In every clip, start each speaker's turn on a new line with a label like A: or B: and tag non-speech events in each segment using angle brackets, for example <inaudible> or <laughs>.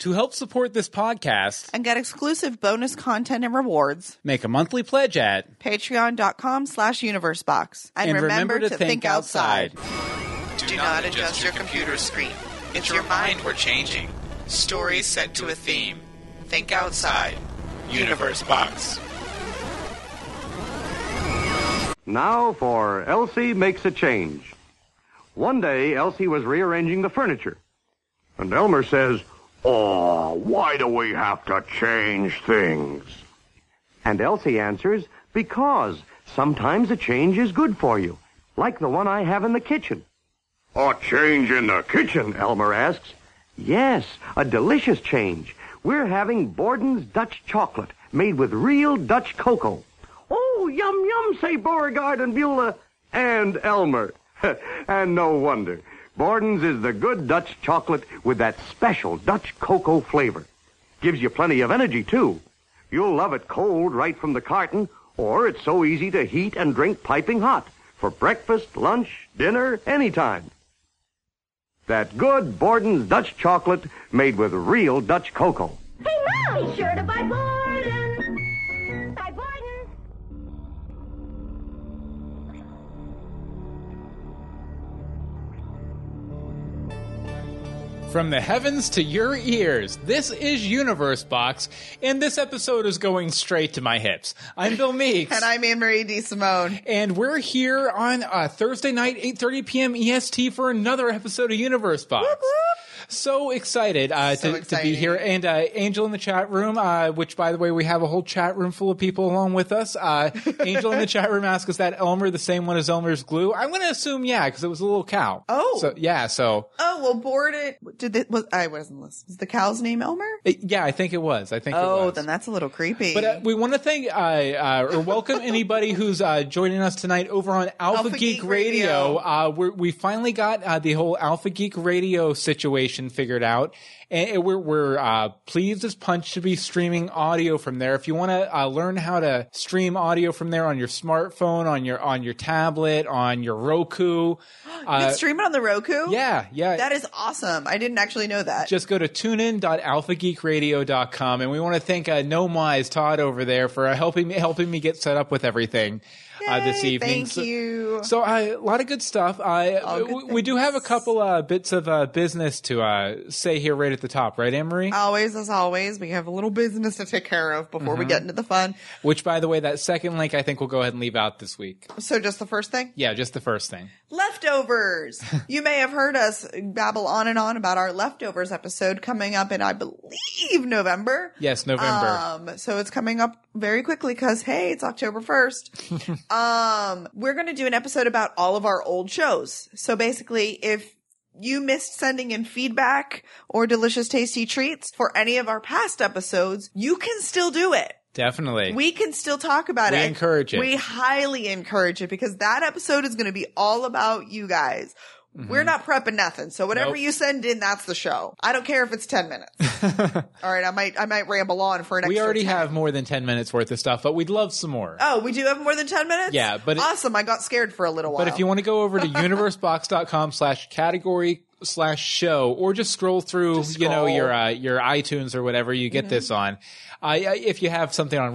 A: To help support this podcast,
B: and get exclusive bonus content and rewards.
A: make a monthly pledge at
B: Patreon.com slash universebox. And, remember, to, think, outside. Do not adjust your computer screen. It's your mind we're changing. Stories set to a theme. Think outside.
C: Universe Box.
D: Now for Elsie Makes a Change. One day, Elsie was rearranging the furniture. And Elmer says, Aw, why do we have to change things? And Elsie answers, Because sometimes a change is good for you, like the one I have in the kitchen. A change in the kitchen? Elmer asks. Yes, a delicious change. We're having Borden's Dutch chocolate made with real Dutch cocoa. Oh, yum, yum, say Beauregard and Beulah and Elmer. <laughs> and no wonder. Borden's is the good Dutch chocolate with that special Dutch cocoa flavor. Gives you plenty of energy, too. You'll love it cold right from the carton, or it's so easy to heat and drink piping hot for breakfast, lunch, dinner, anytime. That good Borden's Dutch chocolate made with real Dutch cocoa.
E: Hey, Mom! Be sure to buy Borden! Buy Borden!
A: From the Heavens to Your Ears. This is Universe Box, and this episode is going straight to my hips. I'm
B: <laughs>
A: Bill Meeks.
B: And I'm Anne-Marie DeSimone.
A: and we're here on uh, Thursday night, 8.30 p.m. EST E for another episode of Universe Box. So excited uh,
B: So
A: to, to
B: exciting.
A: be here. And uh, Angel in the chat room, uh, which, by the way, we have a whole chat room full of people along with us.
B: <laughs>
A: Uh, Angel in the chat room asked, is that Elmer the same one as Elmer's glue? I'm going to assume, yeah, because it was a little cow.
B: Oh.
A: So, yeah, so,
B: Oh, well, Borden... Did it, was, I wasn't listening. Is the cow's name Elmer?
A: it- yeah, I think it was. I think it was.
B: Oh, then that's a little creepy.
A: But uh, we want to thank uh, uh, or <laughs> welcome anybody who's uh, joining us tonight over on Alpha,
B: Alpha
A: Geek,
B: Geek
A: Radio.
B: Radio.
A: Uh, we're, we finally got uh, the whole Alpha Geek Radio situation figured out, and it- we're, we're uh, pleased as punch to be streaming audio from there. If you want to uh, learn how to stream audio from there on your smartphone, on your on your tablet, on your Roku,
B: you
A: uh,
B: can stream it on the Roku?
A: yeah, yeah,
B: That is awesome. I didn't actually know that.
A: just go to tunein.alphageekradio.com and we want to thank uh, Nomize Todd over there for uh, helping me helping me get set up with everything uh, this
B: Yay,
A: evening.
B: Thank
A: so,
B: you.
A: So uh, a lot of good stuff. Uh,
B: All good
A: we, we do have a couple uh, bits of uh, business to uh, say here right at the top, right, Emery?
B: always, as always, we have a little business to take care of before we get into the fun.
A: Which, by the way, that second link I think we'll go ahead and leave out this week.
B: So, just the first thing
A: Yeah, just the first thing.
B: leftovers. you may have heard us babble on and on about our leftovers episode coming up in, I believe, November.
A: Yes, November.
B: Um, so it's coming up very quickly because hey, it's October first. um, we're going to do an episode about all of our old shows. So basically, if you missed sending in feedback or delicious tasty treats for any of our past episodes, you can still do it.
A: Definitely.
B: We can still talk about
A: We
B: it.
A: encourage it.
B: We highly encourage it because that episode is going to be all about you guys. We're not prepping nothing. So whatever
A: Nope.
B: you send in, that's the show. I don't care if it's 10 minutes. all right. I might, I might ramble on for an extra
A: we already
B: 10.
A: have more than 10 minutes worth of stuff, but we'd love some more.
B: Oh, we do have more than 10 minutes?
A: Yeah, but it-
B: awesome. I got scared for a little while.
A: But if you want to go over
B: <laughs>
A: to universebox.com slash category slash show or just scroll through you know
B: scroll. Mm-hmm.
A: your uh, your iTunes or whatever you get this on uh, yeah, if you have something on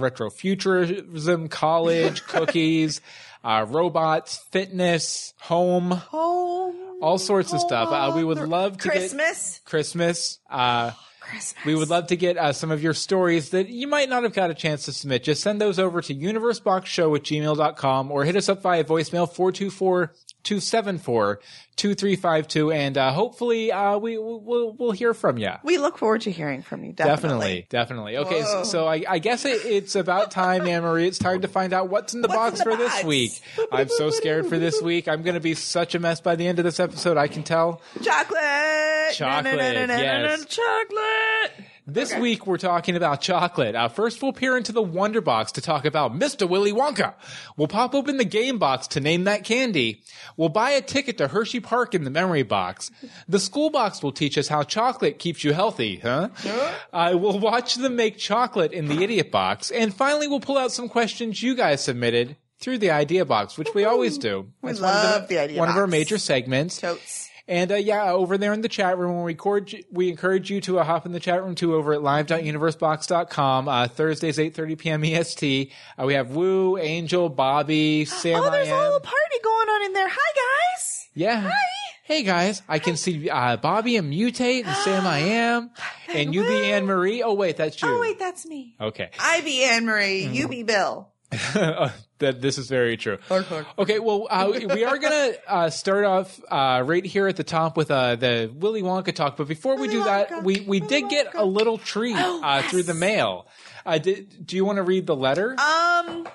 A: retrofuturism
B: <laughs>
A: college cookies uh, robots fitness home
B: home,
A: all sorts of stuff uh, we would
B: home,
A: love to get
B: Christmas.
A: Christmas uh,
B: Oh, Christmas.
A: we would love to get uh, some of your stories that you might not have got a chance to submit. Just send those over to universeboxshow at gmail.com or hit us up via voicemail 424 274 2352. And uh, hopefully uh, we, we'll, we'll hear from you.
B: We look forward to hearing from you. Definitely.
A: Definitely, definitely. Okay, so,
B: Whoa.
A: so I, I guess it, it's about time, Anne Marie. It's time to find out what's in the
B: What's
A: box
B: in
A: for
B: the
A: this
B: box?
A: week. I'm so scared for this week. I'm going to be such a mess by the end of this episode. I can tell.
B: Chocolate.
A: Chocolate, yes.
B: Chocolate.
A: This week we're talking about chocolate. Uh, first, we'll peer into the Wonder Box to talk about Mr. Willy Wonka. We'll pop open the Game Box to name that candy. We'll buy a ticket to Hershey Park in the Memory Box. The School Box will teach us how chocolate keeps you healthy, huh? I will watch them make chocolate in the Idiot Box, and finally we'll pull out some questions you guys submitted through the Idea Box, which we always do. We
B: love the Idea
A: one of our
B: Box.
A: major segments.
B: Totes.
A: And uh, yeah, over there in the chat room, we record. We encourage you to uh, hop in the chat room too over at live.universebox.com. Uh, Thursdays, eight thirty p.m. EST. Uh, we have Woo, Angel, Bobby, Sam.
B: oh, there's
A: I
B: a
A: Am.
B: little party going on in there. Hi, guys.
A: Yeah. Hey guys, I can see uh, Bobby and Mutate and Sam I
B: <gasps>
A: Am and you be
B: Woo.
A: Anne Marie. Oh wait, that's you. Mm.
B: Oh, wait, that's me.
A: Okay.
B: I be Anne Marie. You be Bill.
A: <laughs> that this is very true. Okay, well, uh, we are gonna uh, start off uh, right here at the top with uh, the Willy Wonka talk. But before we
B: Willy
A: do that,
B: Wonka,
A: we we
B: Willy
A: did get
B: Wonka.
A: a little treat
B: Oh,
A: uh, through
B: yes.
A: the mail. Uh, did, do you want to read the letter?
B: Um.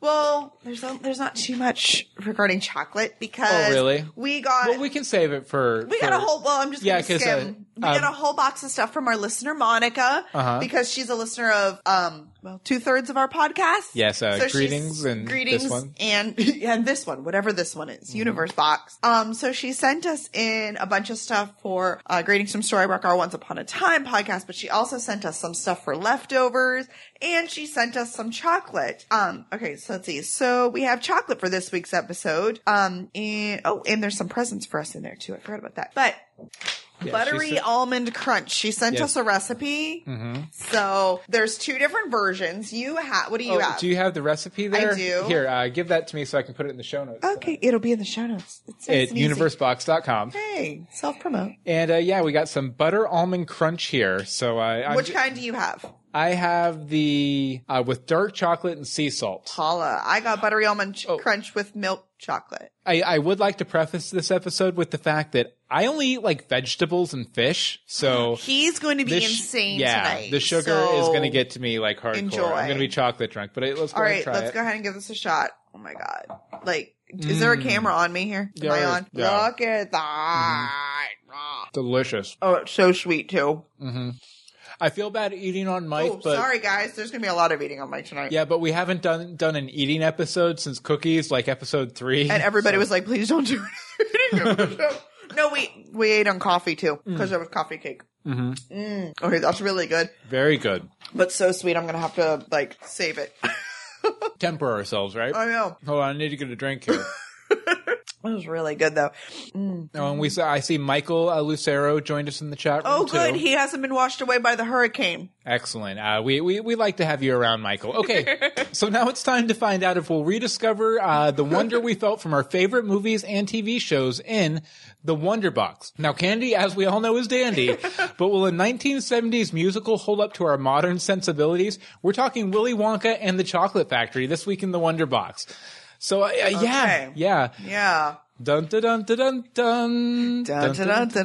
B: Well, there's no, there's not too much regarding chocolate because
A: Oh, really?
B: we got
A: well, we
B: we,
A: can save it for.
B: got a
A: for-
B: whole. Well, I'm just
A: Yeah,
B: gonna
A: 'cause,
B: skim.
A: uh,
B: we got
A: um,
B: a whole box of stuff from our listener Monica
A: Uh-huh.
B: because she's a listener of um well two thirds of our podcast.
A: Yes, uh,
B: she's-
A: greetings and this
B: greetings
A: one.
B: and <laughs> and this one, whatever this one
A: Mm-hmm.
B: is, Universe Box. Um, so she sent us in a bunch of stuff for uh, greetings from Storybook our Once Upon a Time podcast, but she also sent us some stuff for leftovers, and she sent us some chocolate. Um, okay, so let's see. So we have chocolate for this week's episode. Um, and oh, and there's some presents for us in there too. I forgot about that, but.
A: Yeah, she
B: Buttery
A: said-
B: almond crunch. She sent
A: Yes. Mm-hmm.
B: us a recipe, so there's two different versions. You have what do you
A: Oh,
B: have?
A: do you have the recipe there?
B: do.
A: Here, uh, give that to me so I can put it in the show notes.
B: Okay, it'll be in the show notes. It's nice
A: At
B: and easy.
A: universebox.com.
B: Hey, self promote.
A: And uh, yeah, we got some butter almond crunch here. So I I'm
B: Which
A: j-
B: kind do you have?
A: I have the uh, with dark chocolate and sea salt.
B: Paula, I got buttery almond ch-
A: Oh.
B: crunch with milk chocolate.
A: I, I would like to preface this episode with the fact that I only eat like vegetables and fish, so
B: He's going to Mm-hmm. be
A: this-
B: insane
A: yeah,
B: tonight.
A: the sugar
B: so-
A: is going to get to me like hardcore.
B: enjoy.
A: I'm going to be chocolate drunk, but uh, let's go ahead
B: All right,
A: and try
B: let's
A: it.
B: go ahead and give this a shot. Oh my god! Like, is there a camera on me here? Am
A: Mm. There
B: I
A: is,
B: on?
A: yeah. Mm-hmm.
B: Look at that!
A: Delicious.
B: Oh, it's so sweet too.
A: I feel bad eating on mic,
B: oh,
A: but
B: sorry guys, there's going to be a lot of eating on my tonight.
A: yeah, but we haven't done done an eating episode since cookies, like episode three. <laughs>
B: And everybody was like, "Please don't do <laughs> it." no, we we ate on coffee too because there was coffee cake. Mm. Okay, that's really good,
A: very good.
B: but so sweet. I'm gonna have to like save it. <laughs>
A: Temper ourselves, right?
B: I know
A: Hold on, I need to get a drink
B: <coughs>
A: here.
B: it was really good though.
A: Oh, and we saw, I see Michael uh, Lucero joined us in the chat room.
B: Oh, good.
A: too.
B: He hasn't been washed away by the hurricane.
A: Excellent. Uh, we, we we like to have you around, Michael.
B: <laughs>
A: Okay, so now it's time to find out if we'll rediscover uh, the wonder we felt from our favorite movies and TV shows in the Wonder Box. Now, Candy, as we all know, is
B: <laughs>
A: dandy, but will a 1970s musical hold up to our modern sensibilities? We're talking Willy Wonka and the Chocolate Factory this week in the Wonder Box. So uh, yeah,
B: Okay.
A: yeah,
B: Yeah.
A: dun dun dun dun dun dun
B: Dun, dun, dun, dun,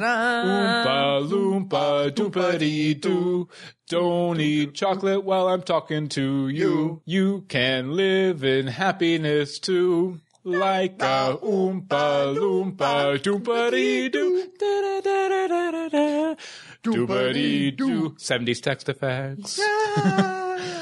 A: Oompa
B: dun.
A: loompa doompa dee doo. Don't eat chocolate while I'm talking to you. You can live in happiness too. Like a oompa loompa doompa dee doo. Da da da da da da da. Doompa dee doo. 70s text effects.
B: <laughs>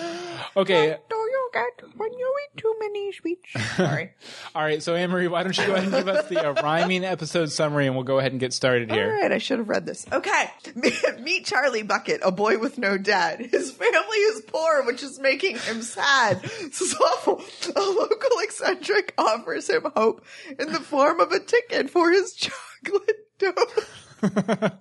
A: Okay.
B: Do you get when you eat too many <laughs> sweets? Sorry.
A: All right. So, Anne Marie, why don't you go ahead and give us the uh, rhyming episode summary and we'll go ahead and get started
B: All
A: here.
B: right, I should have read this. Okay. <laughs> Meet Charlie Bucket, a boy with no dad. His family is poor, which is making him sad. <laughs> This is awful. A local eccentric offers him hope in the form of a ticket for his chocolate <laughs> donut. <laughs>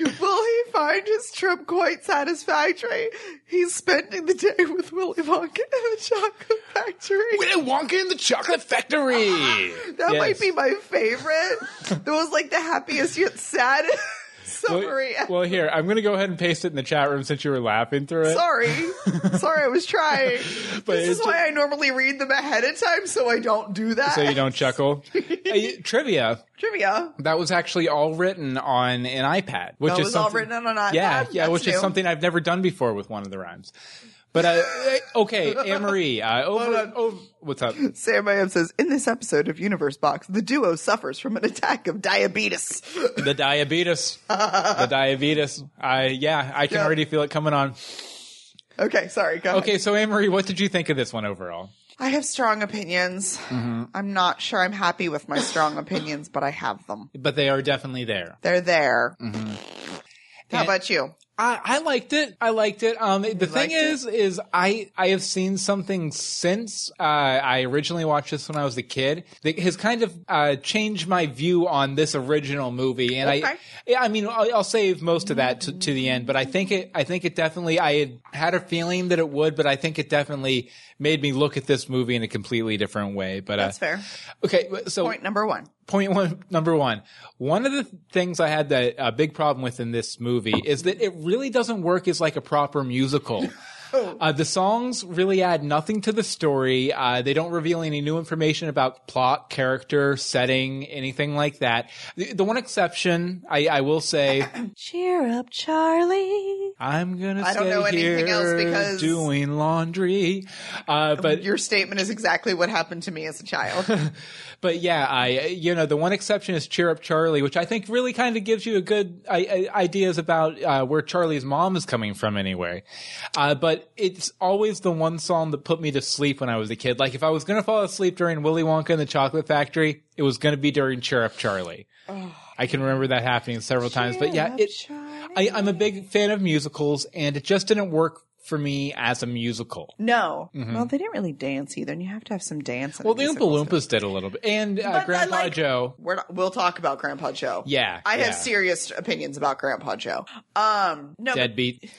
B: Will he find his trip quite satisfactory? He's spending the day with Willy Wonka in the chocolate factory.
A: Willy Wonka in the Chocolate Factory.
B: That
A: Yes.
B: might be my favorite. that was like the happiest yet saddest <laughs> summary.
A: Well, well, here I'm going to go ahead and paste it in the chat room since you were laughing through it.
B: Sorry, <laughs> sorry, I was trying.
A: <laughs> But
B: this is
A: it's-
B: why I normally read them ahead of time, so I don't do that.
A: So you don't chuckle. Hey, trivia
B: <laughs> trivia.
A: that was actually all written on an iPad, which
B: That
A: is
B: was all
A: something-
B: written on an iPad?
A: Yeah, yeah,
B: That's
A: which is
B: new.
A: something I've never done before with one of the rhymes. But
B: <laughs>
A: uh, eh, okay, Anne Marie, uh, over,
B: on.
A: over, what's up?
B: Sam I Am says in this episode of Universe Box, the duo suffers from an attack of diabetes. <laughs>
A: The diabetes, the diabetes. I yeah, I can
B: Yeah.
A: already feel it coming on.
B: okay, sorry. Go ahead.
A: Okay, so Anne Marie, what did you think of this one overall?
B: I have strong opinions.
A: Mm-hmm.
B: I'm not sure I'm happy with my strong opinions, but I have them.
A: But they are definitely there.
B: They're there. How about you?
A: I, I liked it. I liked it. Um, the thing
B: liked it?
A: is, is I I have seen something since uh, I originally watched this when I was a kid that has kind of uh, changed my view on this original movie. And I,
B: Okay.
A: yeah, I mean, I'll, I'll save most of that to, to the end. But I think it, I think it definitely. I had had a feeling that it would, but I think it definitely made me look at this movie in a completely different way. But
B: That's
A: uh,
B: fair.
A: Okay, so
B: Point number one.
A: point one number one one of the things i had that a big problem with in this movie is that it really doesn't work as like a proper
B: <laughs>
A: musical Uh, the songs really add nothing to the story. Uh, they don't reveal any new information about plot, character, setting, anything like that. The, the one exception, I, I will
B: <coughs>
A: say,
B: Cheer up, Charlie.
A: I'm gonna
B: I don't
A: stay
B: know
A: here
B: anything else because-
A: doing laundry. Uh, but
B: Your statement is exactly what happened to me as
A: <laughs>
B: a child.
A: But yeah, I you know the one exception is Cheer Up Charlie, which I think really kind of gives you a good I, I, ideas about uh, where Charlie's mom is coming from anyway. Uh, but it's always the one song that put me to sleep when I was a kid. Like if I was gonna fall asleep during Willy Wonka and the Chocolate Factory, it was gonna be during Cheer Up Charlie. I can remember that happening several times. But yeah,
B: Up,
A: it,
B: Charlie.
A: I, I'm a big fan of musicals, and it just didn't work for me as a musical.
B: No. Well, they didn't really dance either, and you have to have some dance. in
A: Mm-hmm.
B: a
A: Well, the Oompa
B: musical, so-
A: Loompas did a little bit, and
B: But
A: uh,
B: I
A: Grandpa
B: like-
A: Joe.
B: We're not, we'll talk about Grandpa Joe.
A: Yeah,
B: I
A: yeah.
B: have serious opinions about Grandpa Joe. Um, no, but,
A: Deadbeat.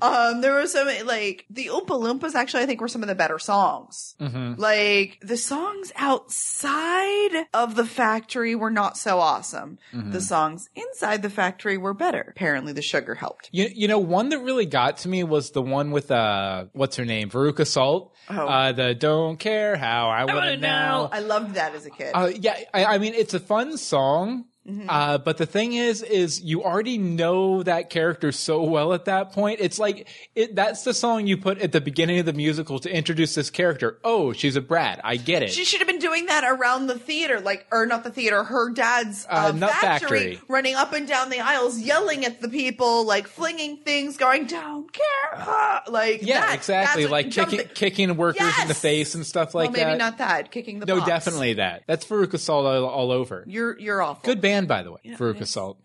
B: um, there were some like the Oompa Loompas. Actually, I think were some of the better songs.
A: Mm-hmm.
B: Like the songs outside of the factory were not so awesome.
A: Mm-hmm.
B: The songs inside the factory were better. Apparently, the sugar helped.
A: You, you know, one that really got to me was the one with, uh, what's her name? Veruca Salt.
B: Oh.
A: Uh, the don't care how I want to know.
B: I loved that as a kid.
A: Uh, yeah, I, I mean, it's a fun song.
B: Mm-hmm.
A: Uh, but the thing is, is you already know that character so well at that point. It's like, it, that's the song you put at the beginning of the musical to introduce this character. Oh, she's a brat. I get it.
B: She should have been doing that around the theater, like, or not the theater, her dad's uh,
A: Uh, nut
B: factory,
A: factory.
B: running up and down the aisles, yelling at the people, like flinging things, going, don't care. <laughs> uh," like,
A: yeah,
B: that.
A: exactly.
B: That's
A: Like
B: jumping-
A: kicking, kicking workers in the
B: Yes!
A: face and stuff like
B: well,
A: that.
B: maybe not that. Kicking the
A: no,
B: box.
A: definitely that. That's Veruca Salt all, all over.
B: You're, you're awful.
A: Good band, by the way. Veruca
B: it's-
A: Salt.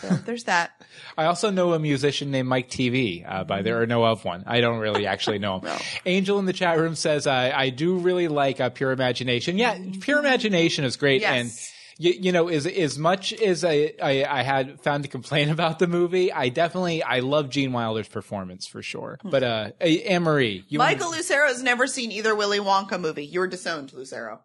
B: So there's that.
A: <laughs> I also know a musician named Mike TV uh, by there, or know of one. I don't really actually know him.
B: <laughs>
A: Angel in the chat room says, I, I do really like uh, Pure Imagination. Yeah, Pure Imagination is great.
B: Yes.
A: And, you, you know, as, as much as I, I, I had found to complain <laughs> about the movie, I definitely, I love Gene Wilder's performance for sure. But, uh, A- Anne-Marie, you
B: Hmm. Michael Lucero's never seen either Willy Wonka movie. You were disowned,
A: <sighs>
B: Lucero.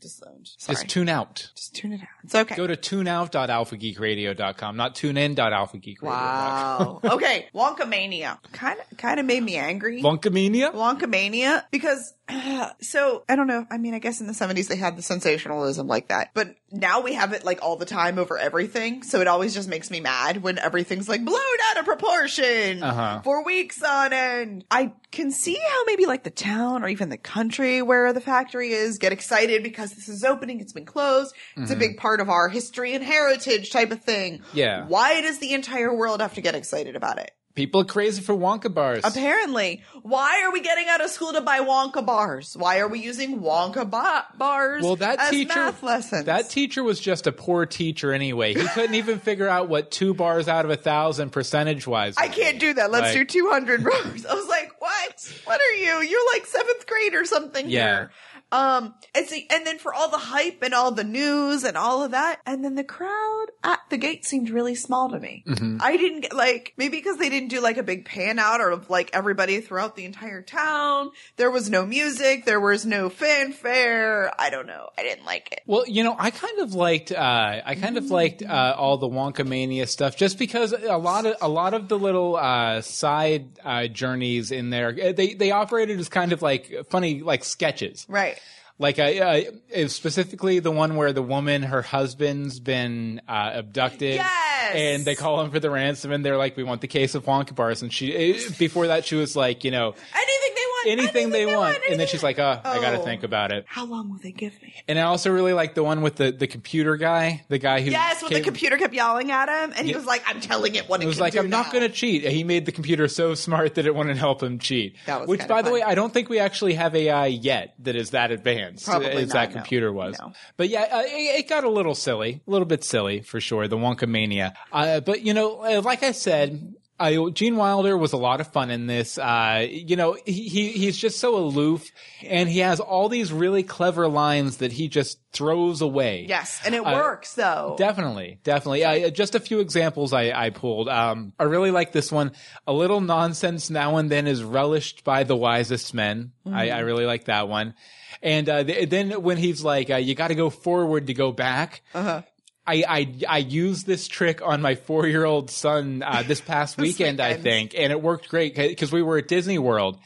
B: disowned. Sorry.
A: just tune out.
B: Just tune it out. It's okay.
A: Go to tuneout.alphageekradio.com, not tuneinalphageekradio.com.
B: wow.
A: <laughs>
B: okay. Wonka Mania. Kind of, kind of made me angry.
A: Wonkamania?
B: Wonka Mania because <sighs> so I don't know. I mean, I guess in the 70s they had the sensationalism like that, but now we have it like all the time over everything. So it always just makes me mad when everything's like blown out of proportion
A: Uh-huh.
B: for weeks on end. I can see how maybe like the town or even the country where the factory is get excited because this is opening, it's been closed, it's
A: Mm-hmm.
B: a big part of our history and heritage type of thing.
A: Yeah.
B: Why does the entire world have to get excited about it?
A: People are crazy for Wonka bars.
B: Apparently, why are we getting out of school to buy Wonka bars? Why are we using Wonka ba- bars
A: Well, that
B: as
A: teacher,
B: math lessons?
A: That teacher was just a poor teacher anyway. He couldn't even figure out what two bars out of a thousand percentage wise.
B: I can't do that. Let's
A: Like-
B: do 200 rows. I was like, what? What are you? You're like seventh grade or something
A: Yeah.
B: here. Um, and see, and then for all the hype and all the news and all of that, and then the crowd at the gate seemed really small to me.
A: Mm-hmm.
B: I didn't get like, maybe because they didn't do like a big pan out or of like everybody throughout the entire town. There was no music. There was no fanfare. I don't know. I didn't like it.
A: Well, you know, I kind of liked uh, I kind of liked uh, all the Wonka mania stuff just because a lot of a lot of the little uh, side uh, journeys in there eh, they they operated as kind of like funny like sketches.
B: Right.
A: Like I, uh, specifically the one where the woman, her husband's been uh, abducted,
B: Yes!
A: and they call him for the ransom, and they're like, "We want the case of Wonka bars." And she, eh, before that, she was like, "You know,
B: Anything they
A: anything they
B: they
A: want.
B: want
A: And then she's like, uh, I gotta
B: Oh.
A: think about it.
B: How long will they give me?
A: And I also really like the one with the, the computer guy, the guy who
B: Yes, when the
A: came-
B: computer kept yelling at him, and he
A: Yeah.
B: was like, "I'm telling it what it,
A: It was
B: can
A: like,
B: do
A: I'm not
B: now."
A: going to cheat. And He made the computer so smart that it wouldn't help him cheat.
B: That was
A: Which,
B: kinda
A: by the way,
B: fun.
A: I don't think we actually have AI yet that is that advanced
B: Probably
A: as
B: not,
A: that
B: no.
A: computer was.
B: No.
A: But yeah, uh, it, it got a little silly, a little bit silly for sure, the Wonka mania. Uh, but, you know, uh, like I said, I, Gene Wilder was a lot of fun in this. Uh, you know, he, he he's just so aloof, and he has all these really clever lines that he just throws away.
B: Yes, and it
A: Uh,
B: works though.
A: Definitely, definitely. I, uh, just a few examples I, I pulled. Um, I really like this one. A little nonsense now and then is relished by the wisest men.
B: Mm-hmm.
A: I, I really like that one. And uh, th- then when he's like, uh, "You got to go forward to go back."
B: Uh-huh.
A: I, I I used this trick on my four year old son uh, this
B: <laughs>
A: past weekend, I
B: weekend.
A: think, and it worked great because we were at Disney World.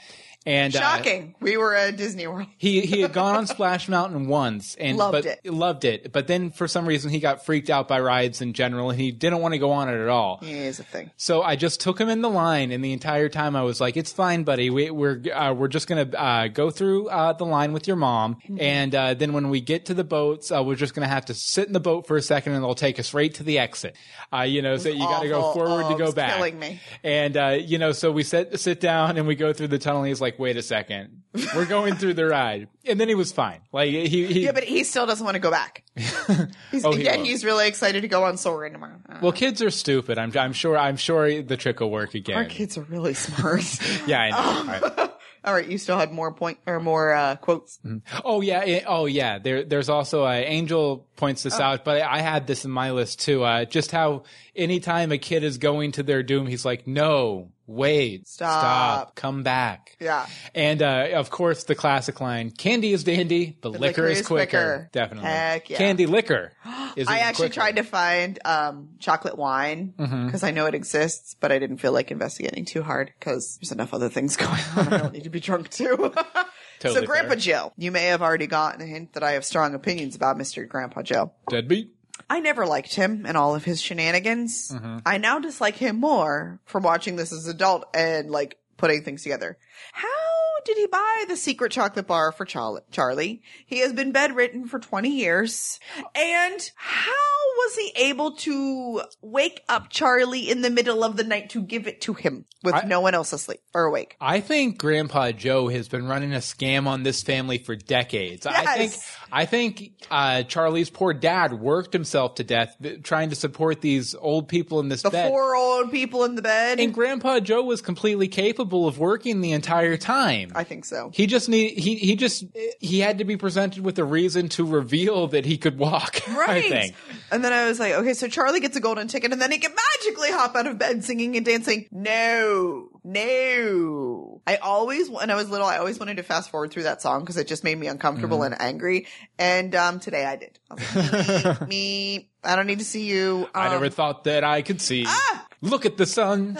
A: And uh,
B: Shocking. we were at
A: <laughs>
B: Disney World.
A: he he had gone on Splash Mountain once and
B: Loved
A: but,
B: it.
A: Loved it, but then for some reason he got freaked out by rides in general, and he didn't want to go on it at all.
B: Here's the thing.
A: So I just took him in the line, and the entire time I was like, "It's fine, buddy. We, we're uh, we're just gonna uh, go through uh, the line with your mom,
B: Mm-hmm.
A: and uh, then when we get to the boats, uh, we're just gonna have to sit in the boat for a second, and they'll take us right to the exit. Uh, you know, so you got to go
B: awful.
A: forward
B: Oh,
A: to
B: it
A: go
B: was
A: back.
B: killing me.
A: And uh, you know, so we sit sit down and we go through the tunnel. And he's like, "Wait a second, we're going through the ride," and then he was fine. Like he, he
B: Yeah, but he still doesn't want to go back.
A: <laughs>
B: He's,
A: Oh, he
B: yet
A: will.
B: he's really excited to go on Soarin' tomorrow. Uh,
A: well, kids are stupid. I'm I'm sure I'm sure the trick will work again.
B: our kids Oh. are
A: <laughs>
B: really <laughs> smart.
A: Yeah, I know. right?
B: All right, you still had more point or more uh, quotes.
A: Oh yeah, it- oh yeah. There, there's also uh, Angel points
B: Oh.
A: this out, but I had this in my list too. Uh, just how anytime a kid is going to their doom, he's like, "No, wait,
B: Stop.
A: come back."
B: Yeah.
A: and uh, of course the classic line: "Candy is dandy, but liquor, is quicker."
B: quicker.
A: Definitely,
B: Heck yeah.
A: candy liquor. Is
B: <gasps> I actually
A: quicker. Mm-hmm.
B: tried to find um, chocolate wine because I know it exists, but I didn't feel like investigating too hard because there's enough other things <laughs> going on. I don't need to be drunk too. <laughs>
A: Totally
B: so, Grandpa
A: fair.
B: Joe, you may have already gotten a hint that I have strong opinions about Mr. Grandpa Joe.
A: deadbeat.
B: I never liked him and all of his shenanigans. I now dislike him more for watching this as an adult and like putting things together. How did he buy the secret chocolate bar for Charl- Charlie? He has been bedridden for 20 years. And how was he able to wake up Charlie in the middle of the night to give it to him with
A: I-
B: no one else asleep or awake?
A: I think Grandpa Joe has been running a scam on this family for decades. I think
B: Yes.
A: I think uh, Charlie's poor dad worked himself to death th- trying to support these old people in this
B: The
A: bed.
B: four old people in the bed.
A: and Grandpa Joe was completely capable of working the entire time.
B: I think so.
A: he just need he he just he had to be presented with a reason to reveal that he could walk. <laughs>
B: Right.
A: I think.
B: And then I was like, okay, so Charlie gets a golden ticket and then he can magically hop out of bed singing and dancing. No, no. I always, when I was little, I always wanted to fast forward through that song because it just made me uncomfortable
A: Mm-hmm.
B: and angry. And, um, today I did. I was like, me, me, I don't need to see you. Um,
A: <laughs> I never thought that I could see.
B: Ah.
A: Look at the sun.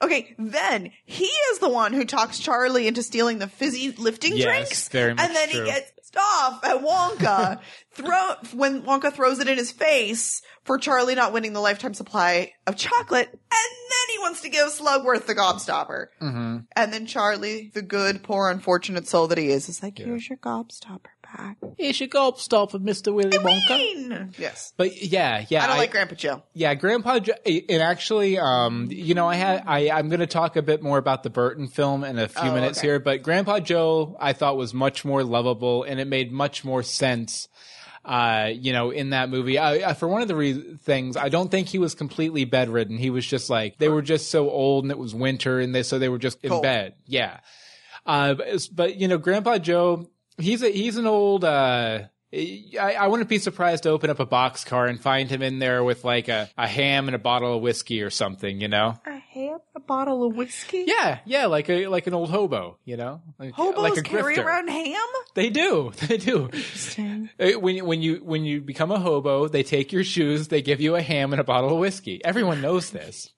B: Okay, then he is the one who talks Charlie into stealing the fizzy lifting
A: Yes,
B: drinks,
A: very much
B: and then
A: true.
B: he gets pissed off
A: <laughs>
B: at Wonka. throw when Wonka throws it in his face for Charlie not winning the lifetime supply of chocolate, and then he wants to give Slugworth the gobstopper,
A: Mm-hmm.
B: and then Charlie, the good, poor, unfortunate soul that he is, is like, "Here's your gobstopper back."
A: It's your gobstopper, Mister Willy Wonka.
B: Yes,
A: But yeah, yeah.
B: I don't like Grandpa Joe.
A: Yeah, Grandpa. Jo- And actually, um, you know, I had I I'm going to talk a bit more about the Burton film in a few
B: Oh,
A: minutes
B: okay.
A: here, but Grandpa Joe I thought was much more lovable, and it made much more sense. Uh, you know, in that movie, I, I, for one of the re- things, I don't think he was completely bedridden. He was just like they were just so old, and it was winter, and they so they were just in
B: Cold.
A: bed. Yeah. Uh, but, it's- but, you know, Grandpa Joe, he's a, he's an old, uh, I, I wouldn't be surprised to open up a box car and find him in there with like a, a ham and a bottle of whiskey or something, you know?
B: I have a bottle of whiskey.
A: Yeah, yeah, like a like an old hobo, you know, like,
B: Hobos
A: like a
B: carry
A: grifter.
B: around ham.
A: They do, <laughs> they do. Uh, When you- when you when you become a hobo, they take your shoes, they give you a ham and a bottle of whiskey. Everyone knows this.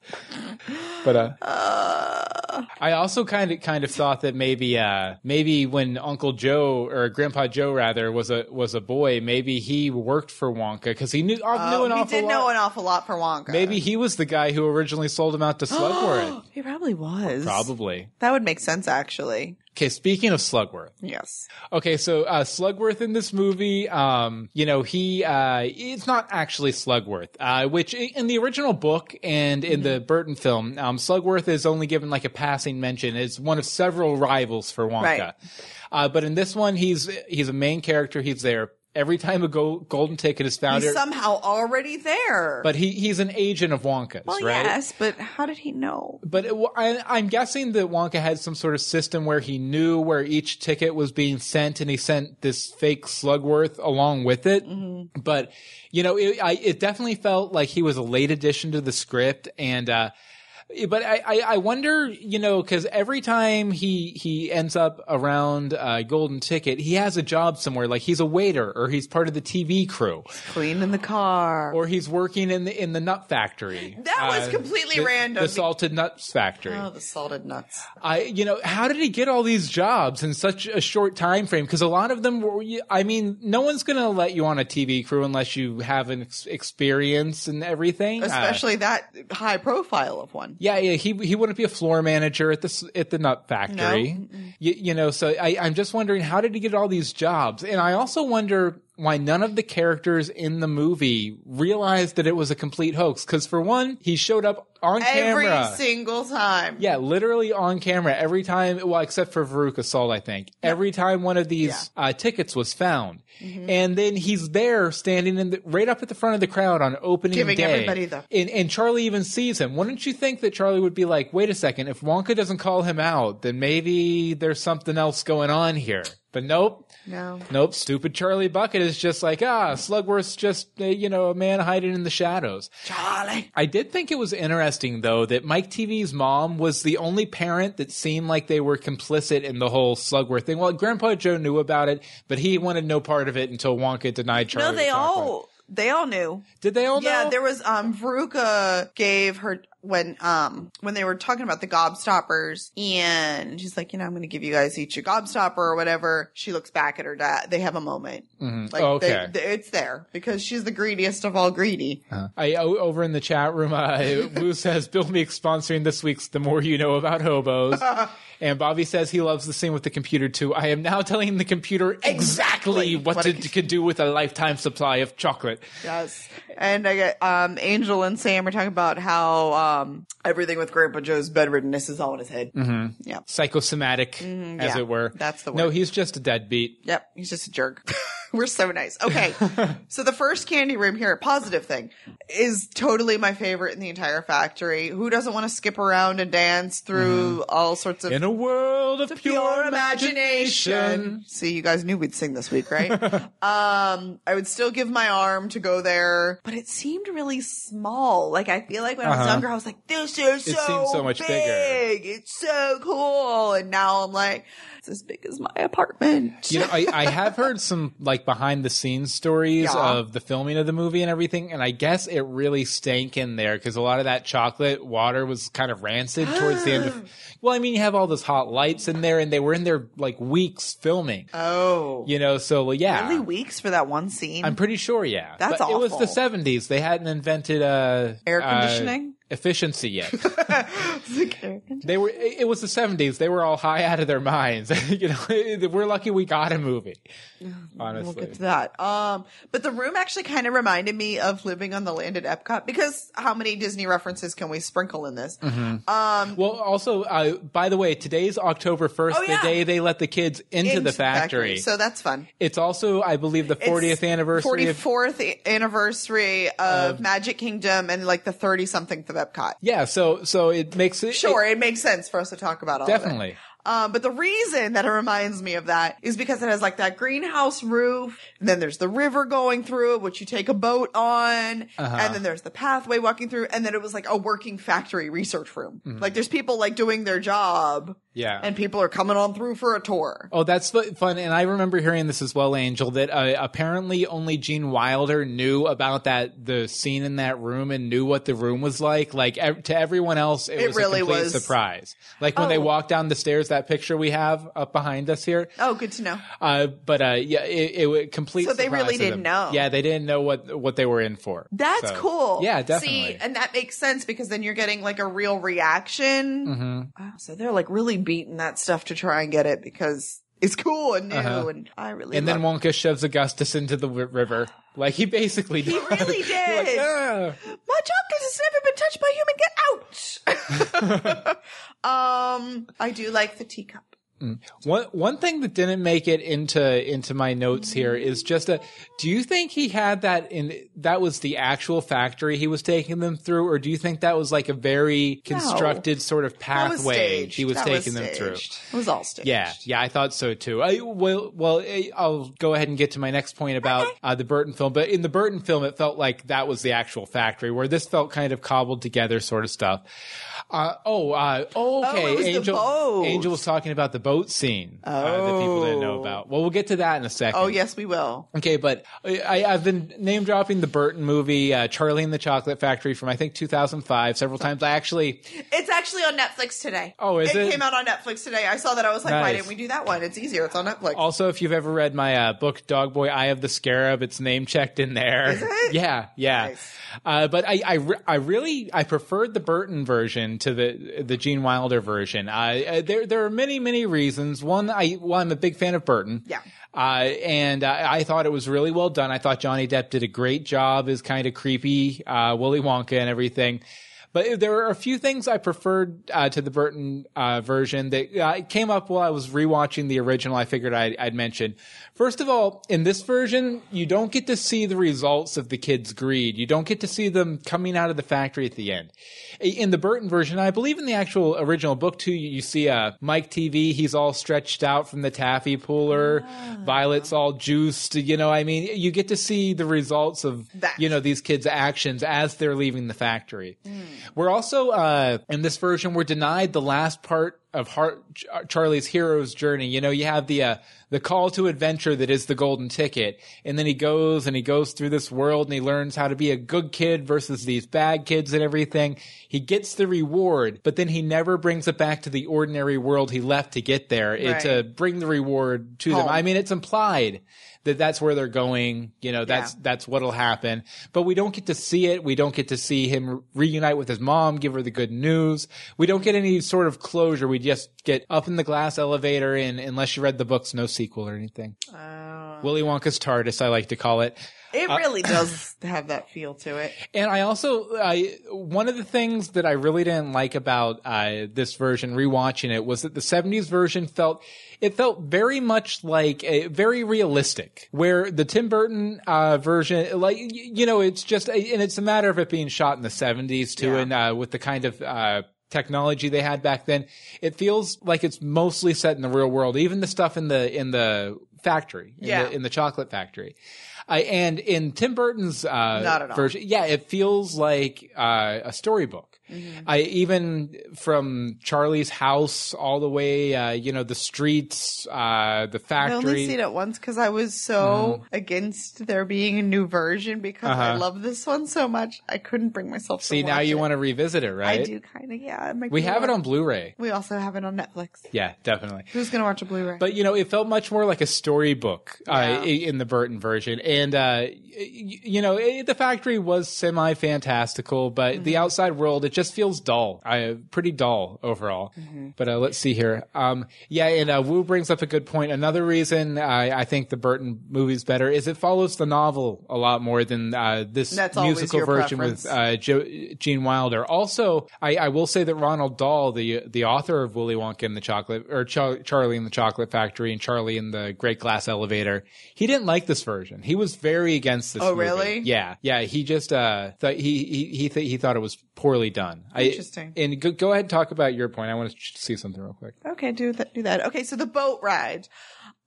A: But uh, I also kind of kind of thought that maybe uh maybe when Uncle Joe or Grandpa Joe rather was a was a boy, maybe he worked for Wonka because he knew, knew an
B: he
A: awful
B: Oh, did
A: lot.
B: know an awful lot for Wonka.
A: maybe he was the guy
B: <gasps>
A: who originally sold him out to Slugworth.
B: he probably was.
A: Probably.
B: That would make sense, actually.
A: Okay, speaking of Slugworth.
B: Yes.
A: Okay, so uh, Slugworth in this movie, um, you know, he uh, it's not actually Slugworth, uh, which i- in the original book and in the Burton film, um, Slugworth is only given like a passing mention. It's one of several rivals for Wonka,
B: Right.
A: uh, but in this one, he's he's a main character. He's there every time a go- golden ticket is found.
B: He's somehow already there.
A: but he he's an agent of Wonka's,
B: well,
A: right?
B: yes, but how did he know?
A: But it, wa- I, I'm guessing that Wonka had some sort of system where he knew where each ticket was being sent, and he sent this fake Slugworth along with it.
B: Mm-hmm.
A: But you know, it, I, it definitely felt like he was a late addition to the script, and uh, but I, I, I wonder, you know, because every time he he ends up around uh, Golden Ticket, he has a job somewhere, like he's a waiter or he's part of the TV crew
B: Clean in the car.
A: or he's working in the in the nut factory. Uh,
B: That was completely
A: the-
B: random.
A: The salted nuts factory.
B: Oh, the salted nuts.
A: I, you know, how did he get all these jobs in such a short time frame? Because a lot of them were, I mean, no one's going to let you on a TV crew unless you have an ex- experience and everything. Uh,
B: Especially that high profile of one.
A: yeah, yeah, he he wouldn't be a floor manager at this at the nut factory,
B: No.
A: you, you know. So I, I'm just wondering how did he get all these jobs, and I also wonder why none of the characters in the movie realized that it was a complete hoax. Because for one, he showed up on
B: Every
A: camera.
B: single time.
A: Yeah, literally on camera every time. Well, except for Veruca Salt, I think. Every time one of these uh, tickets was found,
B: Mm-hmm.
A: and then he's there standing in the, right up at the front of the crowd on opening
B: Giving
A: day.
B: everybody the-
A: and, and Charlie even sees him. Wouldn't you think that Charlie would be like, "Wait a second, if Wonka doesn't call him out, then maybe there's something else going on here." But nope.
B: No.
A: Nope, stupid Charlie Bucket is just like, ah, Slugworth's just, uh, you know, a man hiding in the shadows.
B: Charlie.
A: I did think it was interesting though that Mike TV's mom was the only parent that seemed like they were complicit in the whole Slugworth thing. Well, Grandpa Joe knew about it, but he wanted no part of it until Wonka denied Charlie.
B: No, they
A: the chocolate.
B: all they all knew.
A: did. They all
B: Yeah,
A: know?
B: there was um Veruca gave her when um when they were talking about the gobstoppers and she's like, you know, I'm gonna give you guys each a gobstopper or whatever. She looks back at her dad. They have a moment. Like
A: Oh,
B: they-
A: okay.
B: they, it's there because she's the greediest of all greedy.
A: Uh, I o- over in the chat room, uh, <laughs> Lou says Bill Meek sponsoring this week's "The More You Know About <laughs> Hobos," and Bobby says he loves the scene with the computer too. I am now telling the computer exactly what,
B: What
A: it
B: it-
A: could do with a lifetime supply of chocolate.
B: Yes. And I get um Angel and Sam are talking about how um everything with Grandpa Joe's bedriddenness is all in his head. Mm-hmm. Yeah.
A: Psychosomatic, as
B: yeah.
A: it were.
B: That's the
A: No,
B: word.
A: he's just a deadbeat.
B: Yep, he's just a jerk. <laughs> We're so nice. Okay. so the first candy room here at Positive Thing is totally my favorite in the entire factory. Who doesn't want to skip around and dance through all sorts of
A: In a world of pure, imagination.
B: See, you guys knew we'd sing this
A: <laughs>
B: week, right? um, I would still give my arm to go there, but it seemed really small. Like I feel like when I was
A: Uh-huh.
B: younger, I was like, "This is
A: It
B: so,
A: seemed so much
B: big.
A: bigger.
B: It's so cool." And now I'm like, "It's as big as my apartment."
A: You know, I, I have heard some like behind the scenes stories
B: Yeah.
A: of the filming of the movie and everything, and I guess it really stank in there because a lot of that chocolate water was kind of rancid towards the end
B: <gasps>
A: of. Well, I mean, you have all those hot lights in there, and they were in there like weeks filming.
B: oh,
A: You know, so well, yeah,
B: Only weeks for that one scene.
A: I'm pretty sure, yeah.
B: That's
A: but It was the
B: awful.
A: 70s. They hadn't invented uh,
B: Air
A: uh,
B: conditioning?
A: efficiency
B: <laughs>
A: yet.
B: pretty
A: They were. It it was the seventies. They were all high out of their minds. <laughs> you know, we're lucky we got a movie. Honestly,
B: Oh, We'll get to that. Um, but the room actually kind of reminded me of living on the land at Epcot because how many Disney references can we sprinkle in this?
A: Mm-hmm.
B: Um,
A: Well, also, uh, by the way, today's October first,
B: Oh, yeah.
A: the day they let the kids into,
B: into
A: the factory.
B: So that's fun.
A: it's also, I believe, the
B: It's
A: fortieth anniversary. of
B: 44th a- anniversary of Magic Kingdom and like the 30 something of Epcot.
A: Yeah, so so it makes it
B: Sure,
A: it-
B: it, makes sense for us to talk about all of it.
A: definitely.
B: Um, but the reason that it reminds me of that is because it has like that greenhouse roof. And then there's the river going through it, which you take a boat on.
A: Uh-huh.
B: And then there's the pathway walking through. And then it was like a working factory research room. Like there's people like doing their job.
A: Mm-hmm. Yeah.
B: And people are coming on through for a tour.
A: Oh, that's fu- fun. And I remember hearing this as well, Angel, that uh, apparently only Gene Wilder knew about that, the scene in that room and knew what the room was like. Like ev- to everyone else, it,
B: It
A: was
B: really
A: a complete
B: was-
A: surprise. Like when they
B: Oh.
A: walked down the stairs, that picture we have up behind us here.
B: Oh, good to know.
A: Uh, but, uh, yeah, it, it was complete.
B: So they
A: surprise
B: really
A: to them.
B: didn't know.
A: Yeah. They didn't know what, what they were in for.
B: That's
A: So-
B: cool.
A: Yeah, definitely. Mm-hmm.
B: See, and that makes sense because then you're getting like a real reaction. Wow, so they're like really beating that stuff to try and get it because it's cool and new,
A: Uh-huh.
B: and I really.
A: And then
B: love
A: Wonka shoves Augustus into the wi- river. Like he basically <laughs>
B: He really
A: Like,
B: did.
A: "Ah."
B: My chocolate has never been touched by human. Get out. <laughs> um, I do like the teacup.
A: One one thing that didn't make it into into my notes here is just a. Do you think he had that in? That was the actual factory he was taking them through, or do you think that was like a very constructed sort of
B: That was
A: pathway
B: staged.
A: he was
B: That
A: taking them through?
B: staged. It was all staged.
A: Yeah, yeah, I thought so too. I, well, well, eh, I'll go ahead and get to my next point about uh, the Burton film. But in the Burton film, it felt like that was the actual factory, where this felt kind of cobbled together sort of stuff. Uh, oh, uh, oh, okay.
B: it was the
A: Angel,
B: boat.
A: Angel was talking about the boat scene uh, that people didn't know
B: Oh.
A: about. Well, we'll get to that in a second.
B: Oh yes, we will.
A: Okay, but I, I- I've been name dropping the Burton movie, uh, Charlie and the Chocolate Factory from I think 2005 several times. I actually,
B: It's actually on Netflix today.
A: Oh, is it?
B: came out on Netflix today. I saw that. I was like, why
A: Nice. Oh,
B: didn't we do that one? It's easier. It's on Netflix.
A: Also, if you've ever read my uh, book, Dog Boy Eye of the Scarab, it's name checked in there.
B: Is it?
A: <laughs> Yeah, yeah.
B: Nice.
A: Uh, but I, I, re- I really, I preferred the Burton version to the the Gene Wilder version. Uh, Uh, there, there are many, many reasons. One, I, well, I'm a big fan of Burton.
B: Yeah.
A: Uh, and I, I thought it was really well done. I thought Johnny Depp did a great job as kind of creepy uh, Willy Wonka and everything. But there were a few things I preferred uh, to the Burton uh, version that uh, came up while I was rewatching the original. I figured I'd, I'd mention. First of all, in this version, you don't get to see the results of the kids' greed. You don't get to see them coming out of the factory at the end. I- In the Burton version, I believe in the actual original book too, you you see uh, Mike TV. He's all stretched out from the taffy puller. Violet's all juiced. You know, I mean, you get to see the results of
B: That.
A: you know these kids' actions as they're leaving the factory. We're also uh, in this version we're denied the last part of Har- Ch- Charlie's hero's journey. You know, you have the uh, the call to adventure that is the golden ticket, and then he goes and he goes through this world and he learns how to be a good kid versus these bad kids and everything. He gets the reward, but then he never brings it back to the ordinary world he left to get there. It, uh,
B: Right.
A: to bring the reward to them.
B: Home.
A: I mean, it's implied that that's where they're going. You know, that's
B: Yeah.
A: that's what'll happen. But we don't get to see it. We don't get to see him reunite with his mom, give her the good news. We don't get any sort of closure. We just get up in the glass elevator, and unless you read the books, no sequel or anything.
B: Oh.
A: Willy Wonka's TARDIS, I like to call it.
B: it
A: uh, <laughs>
B: really does have that feel to it.
A: And I also, I one of the things that I really didn't like about uh, this version, rewatching it, was that the '70s version felt it felt very much like a, very realistic. Where the Tim Burton uh, version, like y- you know, it's just and it's a matter of it being shot in the '70s too,
B: Yeah.
A: and uh, with the kind of uh, technology they had back then, it feels like it's mostly set in the real world. Even the stuff in the in the factory, in,
B: Yeah.
A: the, in the chocolate factory. I and in Tim Burton's uh,
B: Not at all.
A: version, yeah, it feels like uh, a storybook.
B: Mm-hmm.
A: I even from Charlie's house all the way, uh, you know, the streets, uh, the
B: I
A: factory.
B: only seen it once because I was so
A: Mm.
B: against there being a new version because I love this one so much I couldn't bring myself.
A: Uh-huh. See,
B: to
A: now
B: watch
A: you
B: it.
A: want to revisit it, right?
B: I do kind of yeah. it might
A: We
B: be
A: have it
B: hard.
A: on Blu-ray.
B: We also have it on Netflix.
A: Yeah, definitely.
B: Who's gonna watch a Blu-ray?
A: But you know, it felt much more like a storybook uh, i in the Burton version, and uh, y- you know, it, the factory was semi fantastical, but the
B: Mm-hmm.
A: outside world it just feels dull. I pretty dull overall.
B: Mm-hmm.
A: But uh, let's see here. Um, yeah, and uh, Wu brings up a good point. Another reason I, I think the Burton movie's better is it follows the novel a lot more than uh, this
B: That's always
A: musical
B: your
A: version
B: preference.
A: with uh, jo- Gene Wilder. Also, I, I will say that Ronald Dahl, the the author of Willy Wonka and the Chocolate, or Char- Charlie and the Chocolate Factory, and Charlie in the Great Glass Elevator, he didn't like this version. He was very against this.
B: Oh,
A: movie.
B: really?
A: Yeah, yeah. He just uh, thought he he he, th- he thought it was poorly done. I-
B: Interesting.
A: and go, go ahead and talk about your point. I want to sh- see something real quick.
B: Okay, do that. Do that. Okay, so the boat ride.